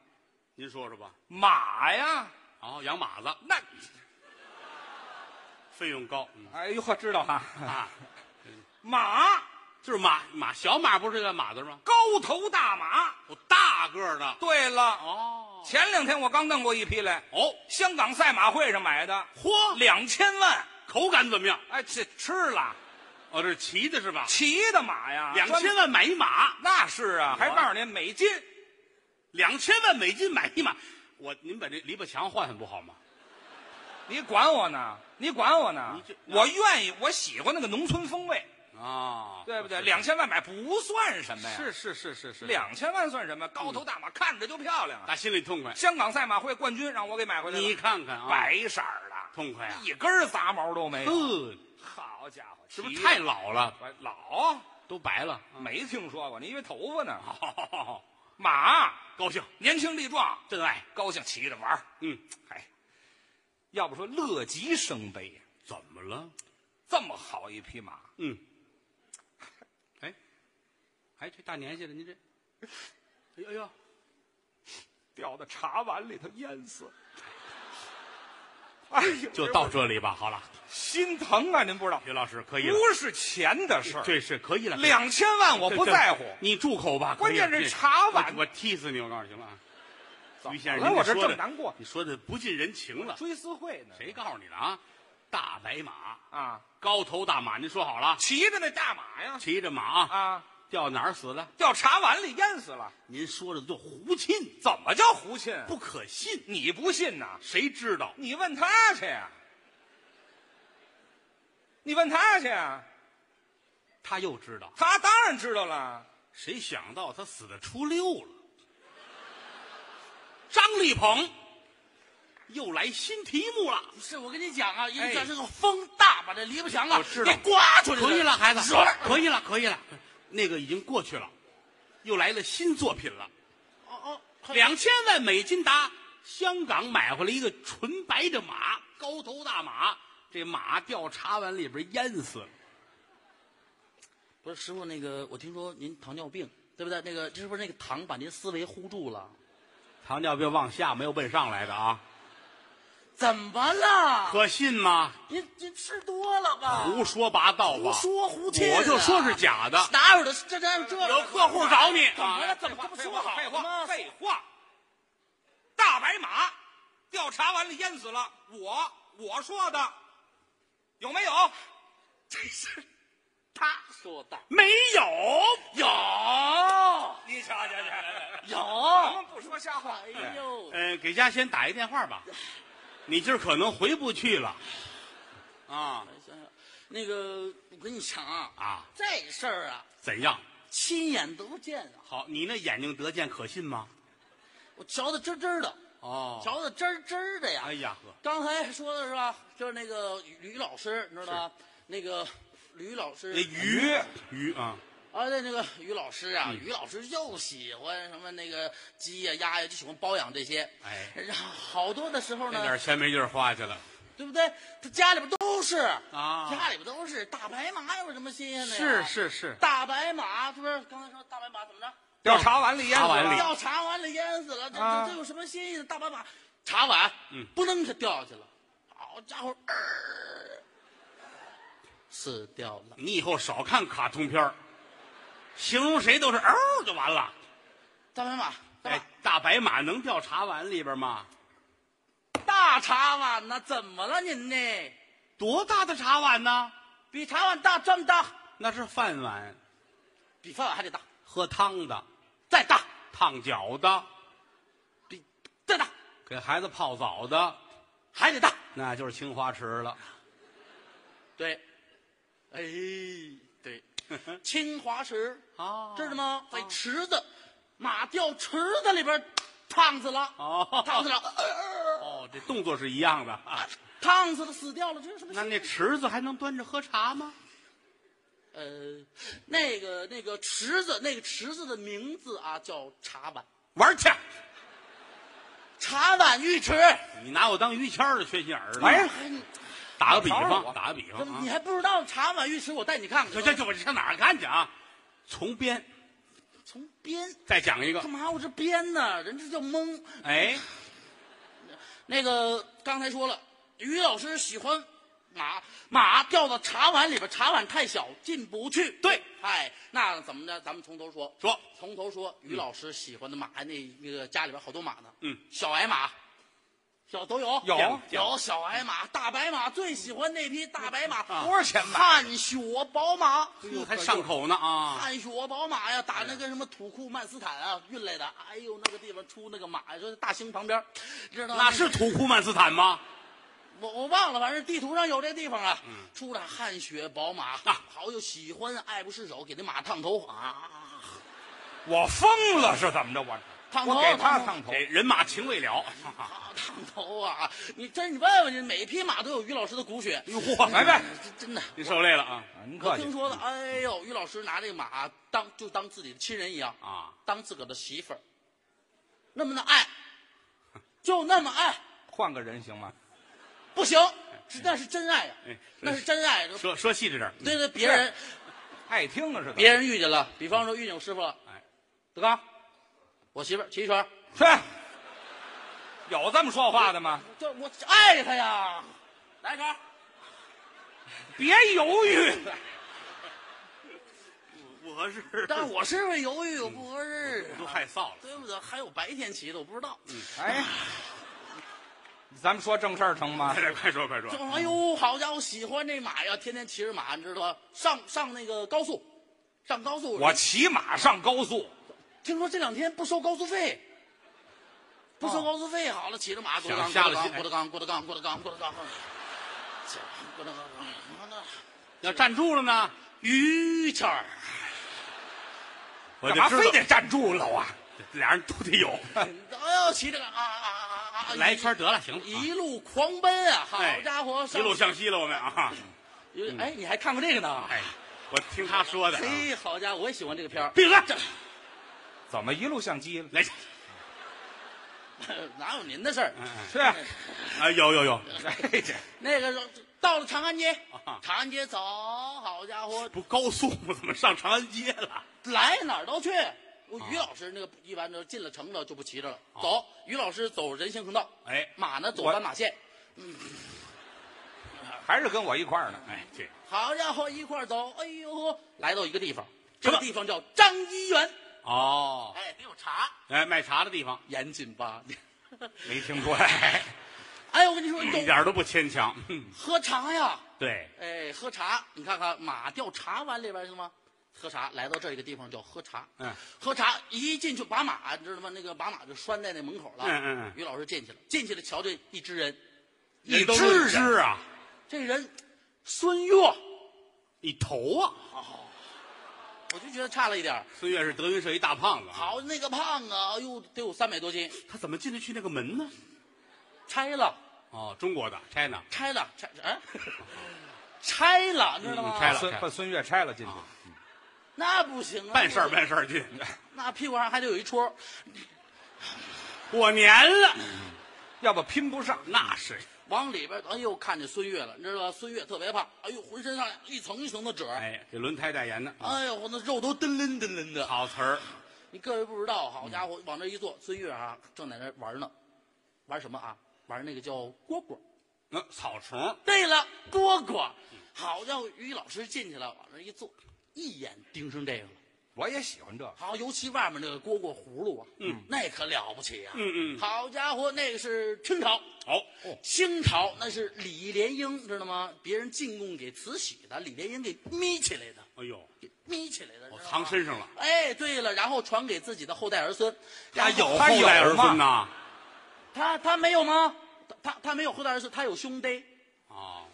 S2: 您说说吧。
S3: 马呀？
S2: 哦，养马子
S3: 那
S2: 费用高， 嗯
S3: 哎呦呵，知道 哈、
S2: 啊，
S3: 马
S2: 就是马马小马不是叫马字吗？
S3: 高头大马。
S2: 我大个儿的。
S3: 对了，
S2: 哦
S3: 前两天我刚弄过一批来，
S2: 哦，
S3: 香港赛马会上买的，
S2: 嚯，
S3: 两千万。
S2: 口感怎么样？
S3: 哎，这吃了
S2: 哦，这是骑的是吧？
S3: 骑的马呀，
S2: 两
S3: 专
S2: 千万买一马，
S3: 那是啊，还告诉你美金。
S2: 两千万美金买一马，我您把这篱笆墙换换不好吗？
S3: 你管我呢？你管我呢
S2: 你这？
S3: 我愿意，我喜欢那个农村风味，
S2: 啊，
S3: 对不对？
S2: 是
S3: 两千万买不算什么呀，
S2: 是是是是是，
S3: 两千万算什么？高头大马看着就漂亮啊。
S2: 打心里痛快。
S3: 香港赛马会冠军让我给买回来了，
S2: 你看看啊，
S3: 白色儿的，
S2: 痛快啊！
S3: 一根儿杂毛都没有。
S2: 嗯，
S3: 好家伙，
S2: 是不
S3: 骑
S2: 是
S3: 的
S2: 太老了？
S3: 我哎老
S2: 都白了。
S3: 没听说过，你以为头发呢？
S2: 哦，
S3: 马
S2: 高兴，
S3: 年轻力壮，
S2: 真爱。
S3: 高兴骑着玩儿
S2: 嗯，
S3: 嗨，要不说乐极生悲呀，
S2: 怎么了？
S3: 这么好一匹马，
S2: 嗯，哎，哎，这大年纪了，您这，哎呦哎呦，
S3: 掉到茶碗里头淹死了。哎呦，
S2: 就到这里吧。好了，
S3: 心疼啊！您不知道，
S2: 于老师可以了，
S3: 不是钱的事儿，
S2: 这是可以了。
S3: 两千万我
S2: 这
S3: 不
S2: 这
S3: 在乎。
S2: 你住口吧。
S3: 关键
S2: 可以了
S3: 是茶碗
S2: 这我我踢死你！我告诉你，行吗？于先
S3: 来
S2: 生，
S3: 我
S2: 您
S3: 这
S2: 说的
S3: 正难过，
S2: 你说的不近人情了。
S3: 追思会呢？
S2: 谁告诉你的啊？大白马，
S3: 啊？
S2: 高头大马，您说好了，
S3: 骑着那大马呀
S2: 骑着马
S3: 啊，
S2: 掉哪儿死了？
S3: 掉茶碗里淹死了。
S2: 您说的就胡沁，
S3: 怎么叫胡沁？
S2: 不可信，
S3: 你不信呐？
S2: 谁知道？
S3: 你问他去呀、你问他去呀、
S2: 他又知道，
S3: 他当然知道了。
S2: 谁想到他死在初六了？张立鹏又来新题目了，
S4: 不是，我跟你讲啊，因为
S2: 哎哦
S4: 这是个风大，把这篱笆墙啊
S2: 我知道
S4: 给刮出去
S2: 可以了，孩子
S4: 说了，，
S2: 可以了，可以了，那个已经过去了，又来了新作品了，
S4: 哦哦，快
S2: 两千万美金达香港买回来一个纯白的马，高头大马，这马掉茶碗里边淹死了。
S4: 不是师傅，那个我听说您糖尿病，对不对？那个是不是那个糖把您思维糊住了？
S2: 糖尿病往下没有奔上来的啊，
S4: 怎么了？
S2: 可信吗？
S4: 您您吃多了吧？
S2: 胡说八道吧！
S4: 胡说胡沁啊
S2: 我就说是假的。
S4: 哪有的这这这
S2: 有客户找你，
S4: 怎么了？
S2: 啊
S4: 哎怎么这不说好
S3: 废
S4: 了
S3: 话，
S4: 吗？
S3: 废话。大白马掉茶碗里淹死了，我我说的，有没有？
S4: 这是他说的，
S2: 没有？
S4: 有
S3: 你瞧瞧去，咱
S4: 有。
S3: 们不说瞎话。
S4: 哦哎呦，
S2: 呃，给家先打一电话吧，你今儿可能回不去了。啊
S4: 想想那个，我跟你讲啊，
S2: 啊，
S4: 这事儿啊，
S2: 怎样？
S4: 亲眼得见啊，
S2: 好，你那眼睛得见可信吗？
S4: 我瞧得真真的，
S2: 哦
S4: 瞧得真真的呀。
S2: 哎呀呵，
S4: 刚才说的是吧？就是那个吕老师，你知道吧？那个吕老师，
S2: 那鱼鱼啊，
S4: 啊，对，那个于老师啊，于老师又喜欢什么那个鸡呀、鸭呀，就喜欢包养这些。
S2: 哎
S4: 然后好多的时候
S2: 那点儿
S4: 呢，
S2: 钱没地儿花去了。
S4: 对不对？他家里边都是
S2: 啊
S4: 家里边都是大白马，有什么新鲜的呀？
S2: 是是，
S4: 大白马是不是？刚才说大白马怎么着？
S3: 掉茶碗里淹死
S2: 茶碗里
S3: 了，
S4: 掉茶碗里淹死了，这
S3: 啊
S4: 这这有什么新意的？大白马茶碗，
S2: 嗯
S4: 扑棱一下掉下去了，好家伙，呃死掉了。
S2: 你以后少看卡通片儿，形容谁都是嗷就完了。
S4: 大白马，大白
S2: 哎，大白马能掉茶碗里边吗？
S4: 大茶碗呢？怎么了您呢？
S2: 多大的茶碗呢？
S4: 比茶碗大这么大，
S2: 那是饭碗，
S4: 比饭碗还得大，
S2: 喝汤的，
S4: 再大，
S2: 烫脚的，
S4: 比再大
S2: 给孩子泡澡的，
S4: 还得大。
S2: 那就是青花瓷了。
S4: 对，哎， 对，清华池
S2: 哦
S4: 知道吗？在池子，马掉池子里边，烫死了，
S2: 哦
S4: 烫死了，呃
S2: 哦，这动作是一样的啊。
S4: 烫死了，死掉了，这是什么？
S2: 那那池子还能端着喝茶吗？
S4: 呃，那个那个池子，那个池子的名字啊叫茶碗，
S3: 玩去！
S4: 茶碗浴池。
S2: 你拿我当于谦儿的缺心眼儿了？
S3: 哎呀，
S4: 哎，你
S2: 打个比
S3: 瞧着
S2: 方，
S3: 我
S2: 打个比
S4: 怎
S2: 方
S4: 么你
S2: 啊，
S4: 还不知道茶碗浴池？我带你看
S2: 这
S4: 看。
S2: 这这，我上哪儿看去啊？从编，
S4: 从编
S2: 再讲一个
S4: 干，嘛？我这编呢？人这叫蒙。
S2: 哎，
S4: 那个刚才说了，于老师喜欢马，马掉到茶碗里边，茶碗太小进不去。
S2: 对，
S4: 哎，那怎么着？咱们从头说，
S2: 说
S4: 从头说。于老师喜欢的马，那那个家里边好多马呢。
S2: 嗯，
S4: 小矮马，小都有，
S2: 有
S4: 有小矮马、大白马，最喜欢那匹大白马，
S2: 啊
S4: 多少钱哎买？汗血宝马，
S2: 还上口呢啊！
S4: 汗血宝马呀，打那个什么土库曼斯坦啊运来的。哎呦，那个地方出那个马，说大兴旁边，知道吗
S2: 那是土库曼斯坦吗？
S4: 我我忘了，反正地图上有这地方啊。出来汗血宝马，好友喜欢爱不释手，给那马烫头啊，
S3: 我疯了是怎么着？我
S4: 烫头
S3: 我给
S4: 烫
S3: 他
S4: 头
S3: 烫头
S2: 这，哎人马情未了，
S4: 啊烫头啊！你真你问问去，每匹马都有于老师的骨血，
S2: 嚯
S3: 来呗，
S4: 这真的。
S2: 您受累了啊
S3: 您
S4: 我
S3: 客
S4: 听
S3: 气。
S4: 说了，哎呦，于老师拿这个马当就当自己的亲人一样，
S2: 啊！
S4: 当自个儿的媳妇儿，那么的爱，就那么爱，
S3: 换个人行吗？
S4: 不行，是那是真爱呀
S2: 哎，
S4: 那是真爱。
S2: 说说细致点儿，
S4: 对对，别人
S3: 爱听啊了是怎么？
S4: 别人遇见了，比方说遇见我师傅了，
S3: 德刚，
S4: 我媳妇儿齐全，
S3: 去，有这么说话的吗？
S4: 这我爱他呀！来一勺，
S3: 别犹豫，
S2: 不合适，
S4: 但是我师傅犹豫，我不合适，
S2: 都害臊了。
S4: 对不对？还有白天骑的，我不知道。
S3: 哎，咱们说正事儿成吗
S2: 快？点， 快说，快说
S4: 就！哎呦，好家伙，喜欢这马呀，天天骑着马，你知道吧？上上那个高速，上高速。
S3: 我骑马上高速，
S4: 听说这两天不收高速费，不收高速费。好了，骑着马，郭德纲，
S2: 想瞎了
S4: 郭德纲，郭德纲，郭德纲，郭德纲，郭德纲，郭德纲，郭德纲，
S2: 要站住了呢，
S4: 于谦儿，
S2: 我
S3: 干
S2: 就
S3: 嘛
S2: 知道
S3: 非得站住了啊？
S2: 俩人都得有，
S4: 哎呦，骑着个啊啊啊啊啊！
S2: 来一圈得了，行了。
S4: 一路狂奔啊！好
S2: 哎
S4: 家伙，
S2: 一
S4: 上
S2: 路向西了，我们啊！
S4: 有哎，你还看过这个呢？
S2: 哎，我听他说的啊。
S4: 嘿，好家伙，我也喜欢这个片儿。
S2: 闭嘴！
S3: 怎么一路像鸡了？
S2: 来，
S4: 哪有您的事儿？
S3: 去，
S2: 啊，有有 有，
S3: 哎这
S4: 那个时候到了长安街
S2: 啊，
S4: 长安街走，好家伙，
S2: 不高速吗？怎么上长安街了？
S4: 来哪儿都去。我于老师那个一般都进了城了就不骑着了，走。于老师走人行横道，
S2: 哎
S4: 马呢走
S3: 我
S4: 斑马线。
S3: 还是跟我一块儿呢。
S2: 哎，这
S4: 好家伙，一块儿走，哎呦，来到一个地方，这个
S2: 什么
S4: 地方叫张一元，
S2: 哦，
S4: 哎，得有茶，
S2: 哎，卖茶的地方
S4: 严谨 吧？
S3: 没听说呀？
S4: 哎，我跟你说，你
S2: 一
S4: 懂
S2: 点都不牵强。嗯
S4: 喝茶呀？
S2: 对，
S4: 哎，喝茶，你看看马掉茶碗里边去了吗？喝茶，来到这个地方叫喝茶。
S2: 嗯，
S4: 喝茶一进去，把马你知道吗？那个把马就拴在那门口了。
S2: 嗯嗯嗯
S4: 于老师进去了，进去了，瞧见一支人，
S2: 一
S4: 支
S2: 只只啊，
S4: 这人孙悦，我
S2: 一头啊。
S4: 就觉得差了一点儿。
S2: 孙越是德云社一大胖子啊，
S4: 好，那个胖啊，哎呦，得有三百多斤，
S2: 他怎么进得去那个门呢？
S4: 拆了，
S2: 哦，中国的 China，
S4: 拆了，拆哎， 拆了，知道吗？
S2: 嗯拆了
S3: 孙把孙越拆了啊进去，
S4: 那不行啊，
S2: 办事儿办事儿 去。
S4: 那屁股上还得有一戳。
S2: 过年了，
S3: 要不拼不上。
S2: 那是
S4: 往里边，哎呦，看见孙越了，你知道吧？孙越特别胖，哎呦，浑身上下一层一层的褶儿，
S2: 哎，给轮胎代言的啊，
S4: 哎呦，我那肉都噔楞噔楞的。
S2: 好词儿，
S4: 你各位不知道，好
S2: 嗯
S4: 家伙，往这一坐，孙越啊，正在那玩呢，玩什么啊？玩那个叫蝈蝈。
S2: 嗯，草虫，
S4: 对了，蝈蝈，
S2: 嗯
S4: 好家伙，于老师进去了，往那一坐，一眼盯上这个了。
S3: 我也喜欢这个，
S4: 好，尤其外面那个蝈蝈葫芦啊，嗯，那可了不起呀、啊，
S2: 嗯嗯
S4: 好家伙，那个是清朝，
S2: 好，
S4: 清朝那是李莲英，知道吗？别人进贡给慈禧的，李莲英给眯起来的，
S2: 哎呦，
S4: 给眯起来的，
S2: 我
S4: 知道吗
S2: 藏身上了。
S4: 哎，对了，然后传给自己的后代儿孙，然后
S2: 后
S3: 他有
S2: 代儿
S3: 吗
S2: 孙呐？
S4: 他他没有吗？他他他没有后代儿孙，他有兄弟，
S2: 哦，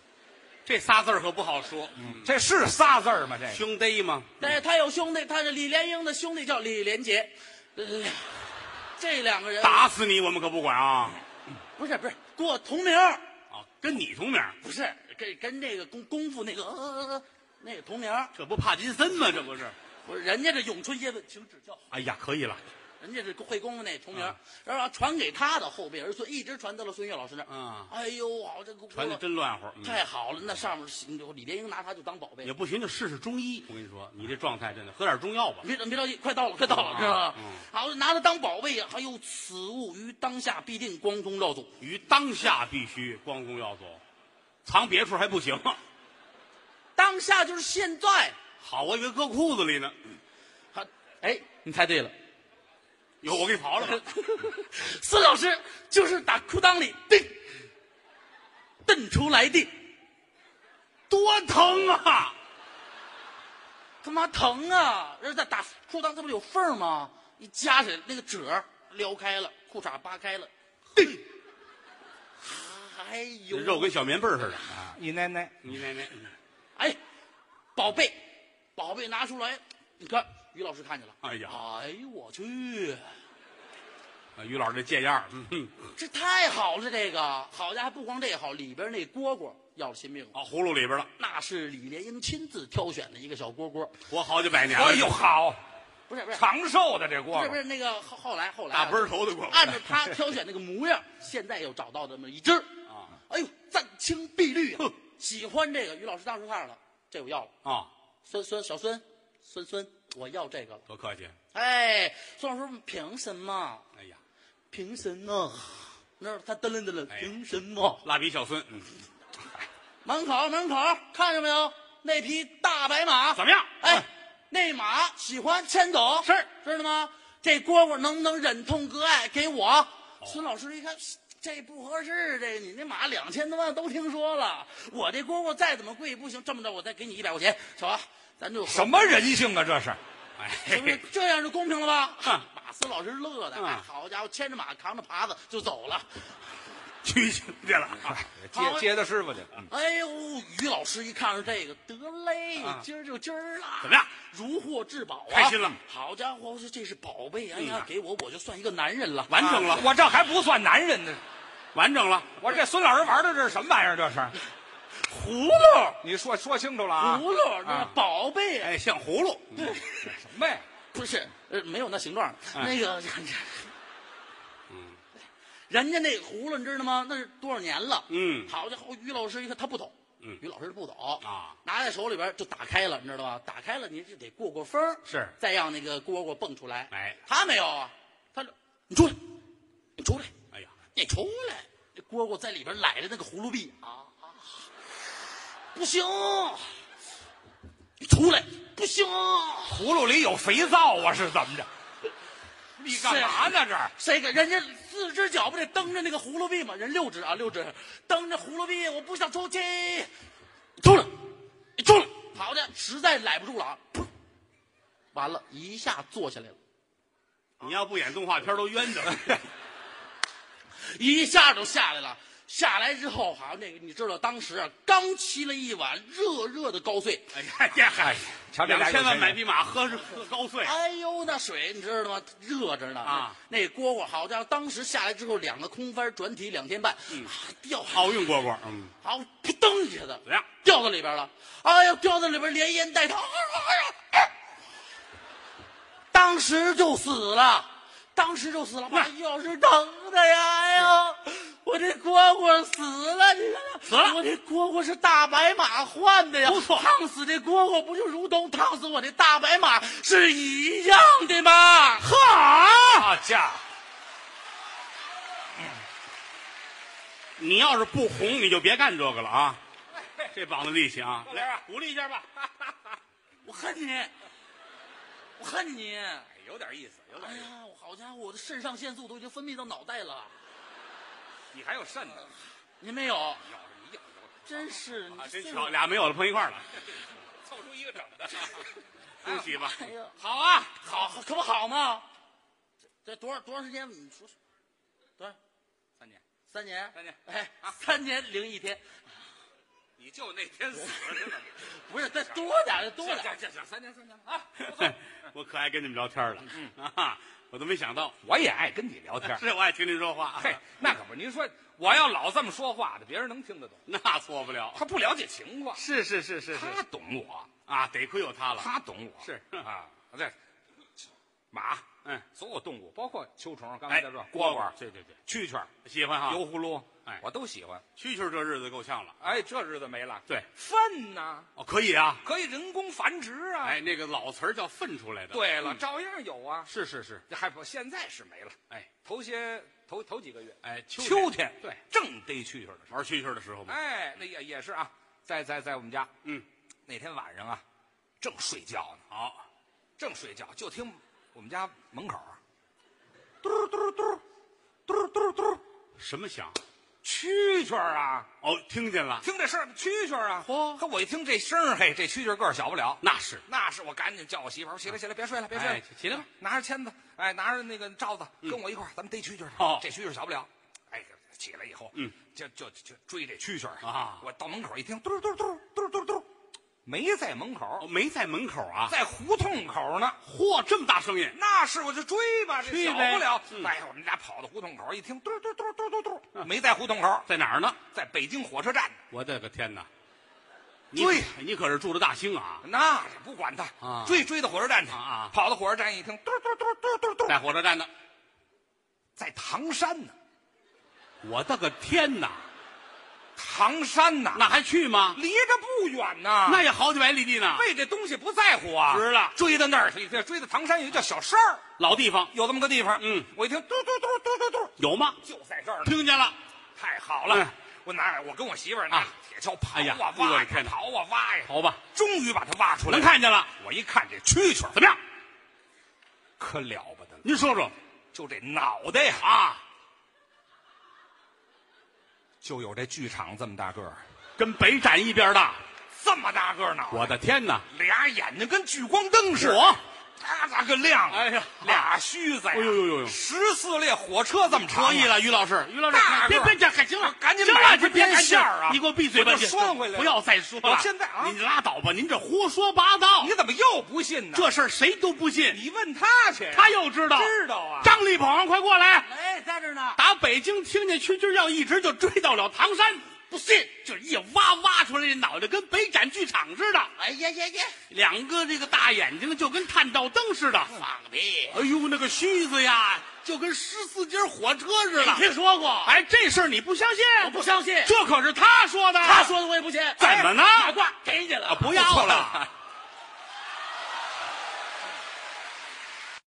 S2: 这仨字儿可不好说，
S3: 这是仨字儿吗？这个
S2: 兄弟嘛，
S4: 但是他有兄弟，他是李连英的兄弟叫李连杰，呃这两个人
S2: 打死你我们可不管啊！
S4: 不是不是跟我同名儿，
S2: 啊，跟你同名儿，
S4: 不是跟跟这个功功夫那个、呃、那个同名儿，
S2: 这不帕金森吗？这不是？
S4: 不是人家这咏春叶问，请指教，
S2: 哎呀，可以了，
S4: 人家是会功夫那同名儿
S2: 啊，
S4: 然后传给他的后辈儿孙，一直传到了孙越老师那儿。
S2: 嗯
S4: 哎呦，好这个
S2: 传的真乱乎儿。嗯
S4: 太好了，那上面是李连英拿他就当宝贝
S2: 也。不行，就试试中医。我跟你说，你这状态真的，喝点中药吧。
S4: 别别着急，快到了，快到了，知道吧
S2: 嗯？
S4: 好，拿它当宝贝呀！还有此物于当下必定光宗耀祖，
S2: 于当下必须光宗耀祖，藏别处还不行。
S4: 当下就是现在。
S2: 好，我以为搁裤子里呢。
S4: 好，哎，你猜对了，
S2: 有我给你刨了吧。
S4: 孙老师就是打裤裆里蹬，蹬出来的，
S2: 多疼啊！
S4: 他妈疼啊！人家打裤裆，这不是有缝儿吗？一夹起来，那个褶儿撩开了，裤衩扒开了，蹬，哎
S2: 这
S4: 呦，
S2: 肉跟小棉被儿似的。啊嗯
S3: 你奶奶，
S2: 你那那，
S4: 哎，宝贝，宝贝拿出来，你看于老师看见了。
S2: 哎呀
S4: 哎呦我去，
S2: 啊于老师这贱样儿，嗯哼，
S4: 这太好了，这个好家伙，不光这好，里边那蝈蝈要了亲命了，
S2: 啊，葫芦里边了，
S4: 那是李莲英亲自挑选的一个小蝈蝈，
S2: 活好几百年了。
S3: 哎呦，好，
S4: 不是不是。
S3: 长寿的这
S4: 不
S3: 蝈
S4: 是不
S3: 蝈，
S4: 是那个后后来后来啊
S2: 大奔头的过来
S3: 哎
S4: 按照他挑选那个模样，现在又找到这么一只
S2: 啊，
S4: 哎呦，湛青碧绿啊，喜欢这个。于老师当时看上了，这我要了。
S2: 啊，
S4: 孙孙小孙，孙孙，我要这个了。
S2: 多客气。
S4: 哎，孙老师凭什么？
S2: 哎呀，
S4: 凭什么？那儿他噔楞噔楞，
S2: 哎
S4: 凭什么？
S2: 蜡笔小孙，嗯，
S4: 门口门口看见没有？那匹大白马
S2: 怎么样？
S4: 哎，那马喜欢牵走，是知道吗？这蝈蝈能不能忍痛割爱给我？孙老师一看，这不合适，这你那马两千多万都听说了，我这蝈蝈再怎么贵也不行。这么着，我再给你一百块钱，走啊，咱就
S3: 什么人性啊？这是
S2: 哎，
S4: 是不是这样就公平了吧？
S2: 哼
S4: 马斯老师乐的，
S2: 嗯
S4: 哎好家伙，牵着马扛着耙子就走了。
S2: 去去去了。啊
S4: 好
S3: 哎接接他师傅去，嗯
S4: 哎呦，于老师一看是这个，得嘞，今儿就今儿啦。
S2: 怎么样？
S4: 如获至宝啊！
S2: 开心了
S4: 好家伙，这这是宝贝啊！哎呀
S2: 嗯，
S4: 给我我就算一个男人了。
S2: 完整了
S3: 啊我这还不算男人呢，
S2: 完整了。
S3: 我这孙老师玩的这是什么玩意儿？这是，
S4: 葫芦，
S3: 你说说清楚了啊，
S4: 葫芦，那
S3: 啊
S4: 宝贝啊，
S2: 哎，像葫芦，
S3: 什么呀？
S4: 不是呃没有那形状，那个，
S2: 啊嗯，
S4: 人家那葫芦你知道吗？那是多少年了？
S2: 嗯
S4: 好家伙，于老师一看他不懂，
S2: 嗯
S4: 于老师不懂
S2: 啊，
S4: 拿在手里边就打开了，你知道吧？打开了，你是得过过风儿，
S2: 是
S4: 再让那个蝈蝈蹦出来。
S2: 哎
S4: 他没有啊，他说你出来，你出来。
S2: 哎呀，
S4: 你出来！这蝈蝈在里边揽着那个葫芦臂啊，不行！你出来，不行！
S3: 葫芦里有肥皂啊，是怎么着？你干嘛呢？这儿
S4: 谁给人家四只脚不得蹬着那个葫芦臂吗？人六只啊，六只蹬着葫芦臂，我不想出去，出来，你出来！好的，实在揽不住了啊，噗完了，一下坐下来了，
S2: 你要不演动画片都冤 的。
S4: 一下就下来了。下来之后，好，那个你知道，当时啊，刚沏了一碗热热的高碎，
S2: 哎呀呀，嗨，
S3: 瞧这
S2: 两
S3: 俩有
S2: 千万
S3: 钱人啊
S2: 买匹马，喝是喝高碎。
S4: 哎呦，那水你知道吗？热着呢
S2: 啊！
S4: 那那蝈蝈好家伙，当时下来之后，两个空翻转体两天半，啊，掉好，
S2: 奥运蝈蝈，嗯，
S4: 好扑腾一下子
S2: 怎么样？
S4: 掉到里边了。哎呀，掉到里边连烟带汤，哎呀，哎呀当时就死了，当时就死了。哎呦，是疼的呀！哎呦，我这蝈蝈死了，你看看，
S2: 死了
S4: 我这蝈蝈是大白马换的呀，
S2: 不错
S4: 烫死这蝈蝈不就如同烫死我这大白马是一样的吗？哈！
S2: 啊家伙！你要是不红，你就别干这个了啊！这膀子力气啊，来鼓励一下吧。
S3: 哎
S4: 我恨你，我恨你！
S2: 有点意思，有
S4: 哎
S2: 意思。
S4: 呀，我好家伙，我的肾上腺素都已经分泌到脑袋了，
S3: 你还有肾呢？
S4: 您没有？真是
S2: 啊，真
S4: 这
S2: 巧，俩没有了碰一块儿了，
S3: 凑出一个整的。
S2: 恭喜吧！
S4: 哎呀，
S2: 好啊，
S4: 好，可不好吗？这多少多长时间？你说说多少？
S3: 三年，
S4: 三年？
S3: 三年
S4: 哎，三年零一天。
S3: 你就那天死 去了。
S4: 不是，这多点儿，这多点儿。
S3: 行行行，三年三年啊，
S2: 我可爱跟你们聊天了、
S3: 嗯
S2: 啊！我都没想到，。
S3: 我也爱跟你聊天
S2: 是我爱听您说话。啊
S3: 嘿，那可不是，您说我要老这么说话的，别人能听得懂？
S2: 那错不了。
S3: 他不了解情况，
S2: 是是是是
S3: 他懂我，
S2: 啊，得亏有他了。
S3: 他懂我
S2: 是
S3: 啊， 对，马，
S2: 嗯，
S3: 所有动物，包括秋虫，刚
S2: 哎
S3: 才在说，
S2: 蝈
S3: 蝈
S2: 蝈
S3: 蝈、
S2: 对对对，
S3: 蛐蛐儿、
S2: 喜欢哈。啊
S3: 油葫芦，
S2: 哎
S3: 我都喜欢。
S2: 蛐蛐儿这日子够呛了。
S3: 哎，这日子没了，
S2: 对，
S3: 粪呢？
S2: 哦，可以啊。
S3: 可以人工繁殖啊。
S2: 哎，，那个老词儿叫粪出来的。
S3: 对了，
S2: 嗯
S3: 照样有啊。
S2: 是是是。
S3: 这还不，现在是没了。
S2: 哎
S3: 头些头头几个月，
S2: 哎，秋
S3: 秋天
S2: 对，
S3: 正逮蛐蛐儿的时
S2: 玩蛐蛐儿的时候
S3: 候，
S2: 嘛。
S3: 哎，那也也是啊，在在在我们家
S2: 嗯，
S3: 那天晚上啊，正睡觉呢，
S2: 好，
S3: 正睡觉，就听我们家门口啊
S2: 什么响？
S3: 蛐蛐儿啊，
S2: 哦，听见了，
S3: 听这声儿蛐蛐儿啊，
S2: 嚯
S3: 可我一听这声儿，嘿，这蛐蛐儿个儿小不了，
S2: 那是。
S3: 那是我赶紧叫我媳妇儿，起来起来，别睡了，别睡了，
S2: 啊哎起来吧，嗯
S3: 拿着签子，哎，拿着那个罩子，跟我一块儿，咱们逮蛐蛐儿去。
S2: 哦
S3: 这蛐蛐儿小不了，哎，起来以后，
S2: 嗯，
S3: 就就就追这蛐蛐儿
S2: 啊
S3: 我到门口一听，嘟嘟嘟嘟嘟嘟，没在门
S2: 哦，
S3: 口，
S2: 没在门口啊。
S3: 在胡同口呢。
S2: 嚯，这么大声音！
S3: 那是我就追吧，这
S2: 追
S3: 小
S2: 呗
S3: 不了
S2: 嗯。
S3: 哎，我们家跑到胡同口一听，嘟嘟嘟嘟嘟嘟，没在胡同口，
S2: 在哪儿呢？
S3: 在北京火车站呢。
S2: 我的个天哪！你
S3: 对，
S2: 你可是住着大兴啊，
S3: 那也不管他
S2: 啊
S3: 追追到火车站去
S2: 啊啊
S3: 跑到火车站一听，嘟嘟嘟嘟嘟嘟，
S2: 在火车站呢。
S3: 在唐山呢，
S2: 我的个天哪！
S3: 唐山呐，
S2: 那还去吗？
S3: 离着不远呐。
S2: 那也好几百里地呢，
S3: 为这东西不在乎啊，
S2: 值了
S3: 追到那儿去，这追到唐山有一个叫小山儿，
S2: 老地方
S3: 有这么个地方。
S2: 嗯，
S3: 我一听，嘟嘟嘟嘟嘟嘟，
S2: 有吗？
S3: 就在这儿呢。
S2: 听见了，
S3: 太好了
S2: 嗯，
S3: 我拿我跟我媳妇儿拿
S2: 啊
S3: 铁锹刨
S2: 哎呀
S3: 啊
S2: 哎呦我
S3: 挖
S2: 的天
S3: 呀，
S2: 哪
S3: 刨啊挖呀，
S2: 好吧，
S3: 终于把它挖出来
S2: 能
S3: 了。
S2: 看见了，
S3: 我一看这蛐蛐儿
S2: 怎么样？
S3: 可了不得了，
S2: 您说说
S3: 就这脑袋呀
S2: 啊，
S3: 就有这剧场这么大个儿，
S2: 跟北展一边大，
S3: 这么大个儿脑袋，
S2: 我的天哪！
S3: 俩眼睛跟聚光灯似的
S2: 我，
S3: 哒哒个亮。
S2: 哎呀
S3: 俩须子呀，
S2: 哎呦呦哎呦呦
S3: 十四列火车这么长啊，
S2: 可以了，于老师，于老师
S3: 大，
S2: 别
S3: 个儿
S2: 别这，还行了，
S3: 赶紧
S2: 行
S3: 买
S2: 了，
S3: 一根
S2: 别
S3: 烟
S2: 赶紧
S3: 线儿啊
S2: 你给我闭嘴吧，
S3: 我就
S2: 你
S3: 拴回来了
S2: 不要再说了。
S3: 我现在啊
S2: 你拉倒吧，您这胡说八道
S3: 你，怎么又不信呢？
S2: 这事儿谁都不信，
S3: 你问他去，
S2: 他又知道，
S3: 知道啊
S2: 张立鹏，快过来！
S4: 哎，在这儿呢。
S2: 打北京听见蛐蛐叫，一直就追到了唐山。不信，就是一挖挖出来，这脑袋跟北展剧场似的，
S4: 哎呀呀呀！
S2: 两个这个大眼睛就跟探照灯似的。
S4: 放屁！
S2: 哎呦，那个须子呀，就跟十四节火车似
S4: 没
S2: 的。
S4: 听说过，
S2: 哎，这事儿你不相信？
S4: 我不相信。
S2: 这可是他说的。
S4: 他说的我也不信。
S2: 怎么呢
S4: 哎马褂给你了，
S2: 啊不要了
S4: 错了。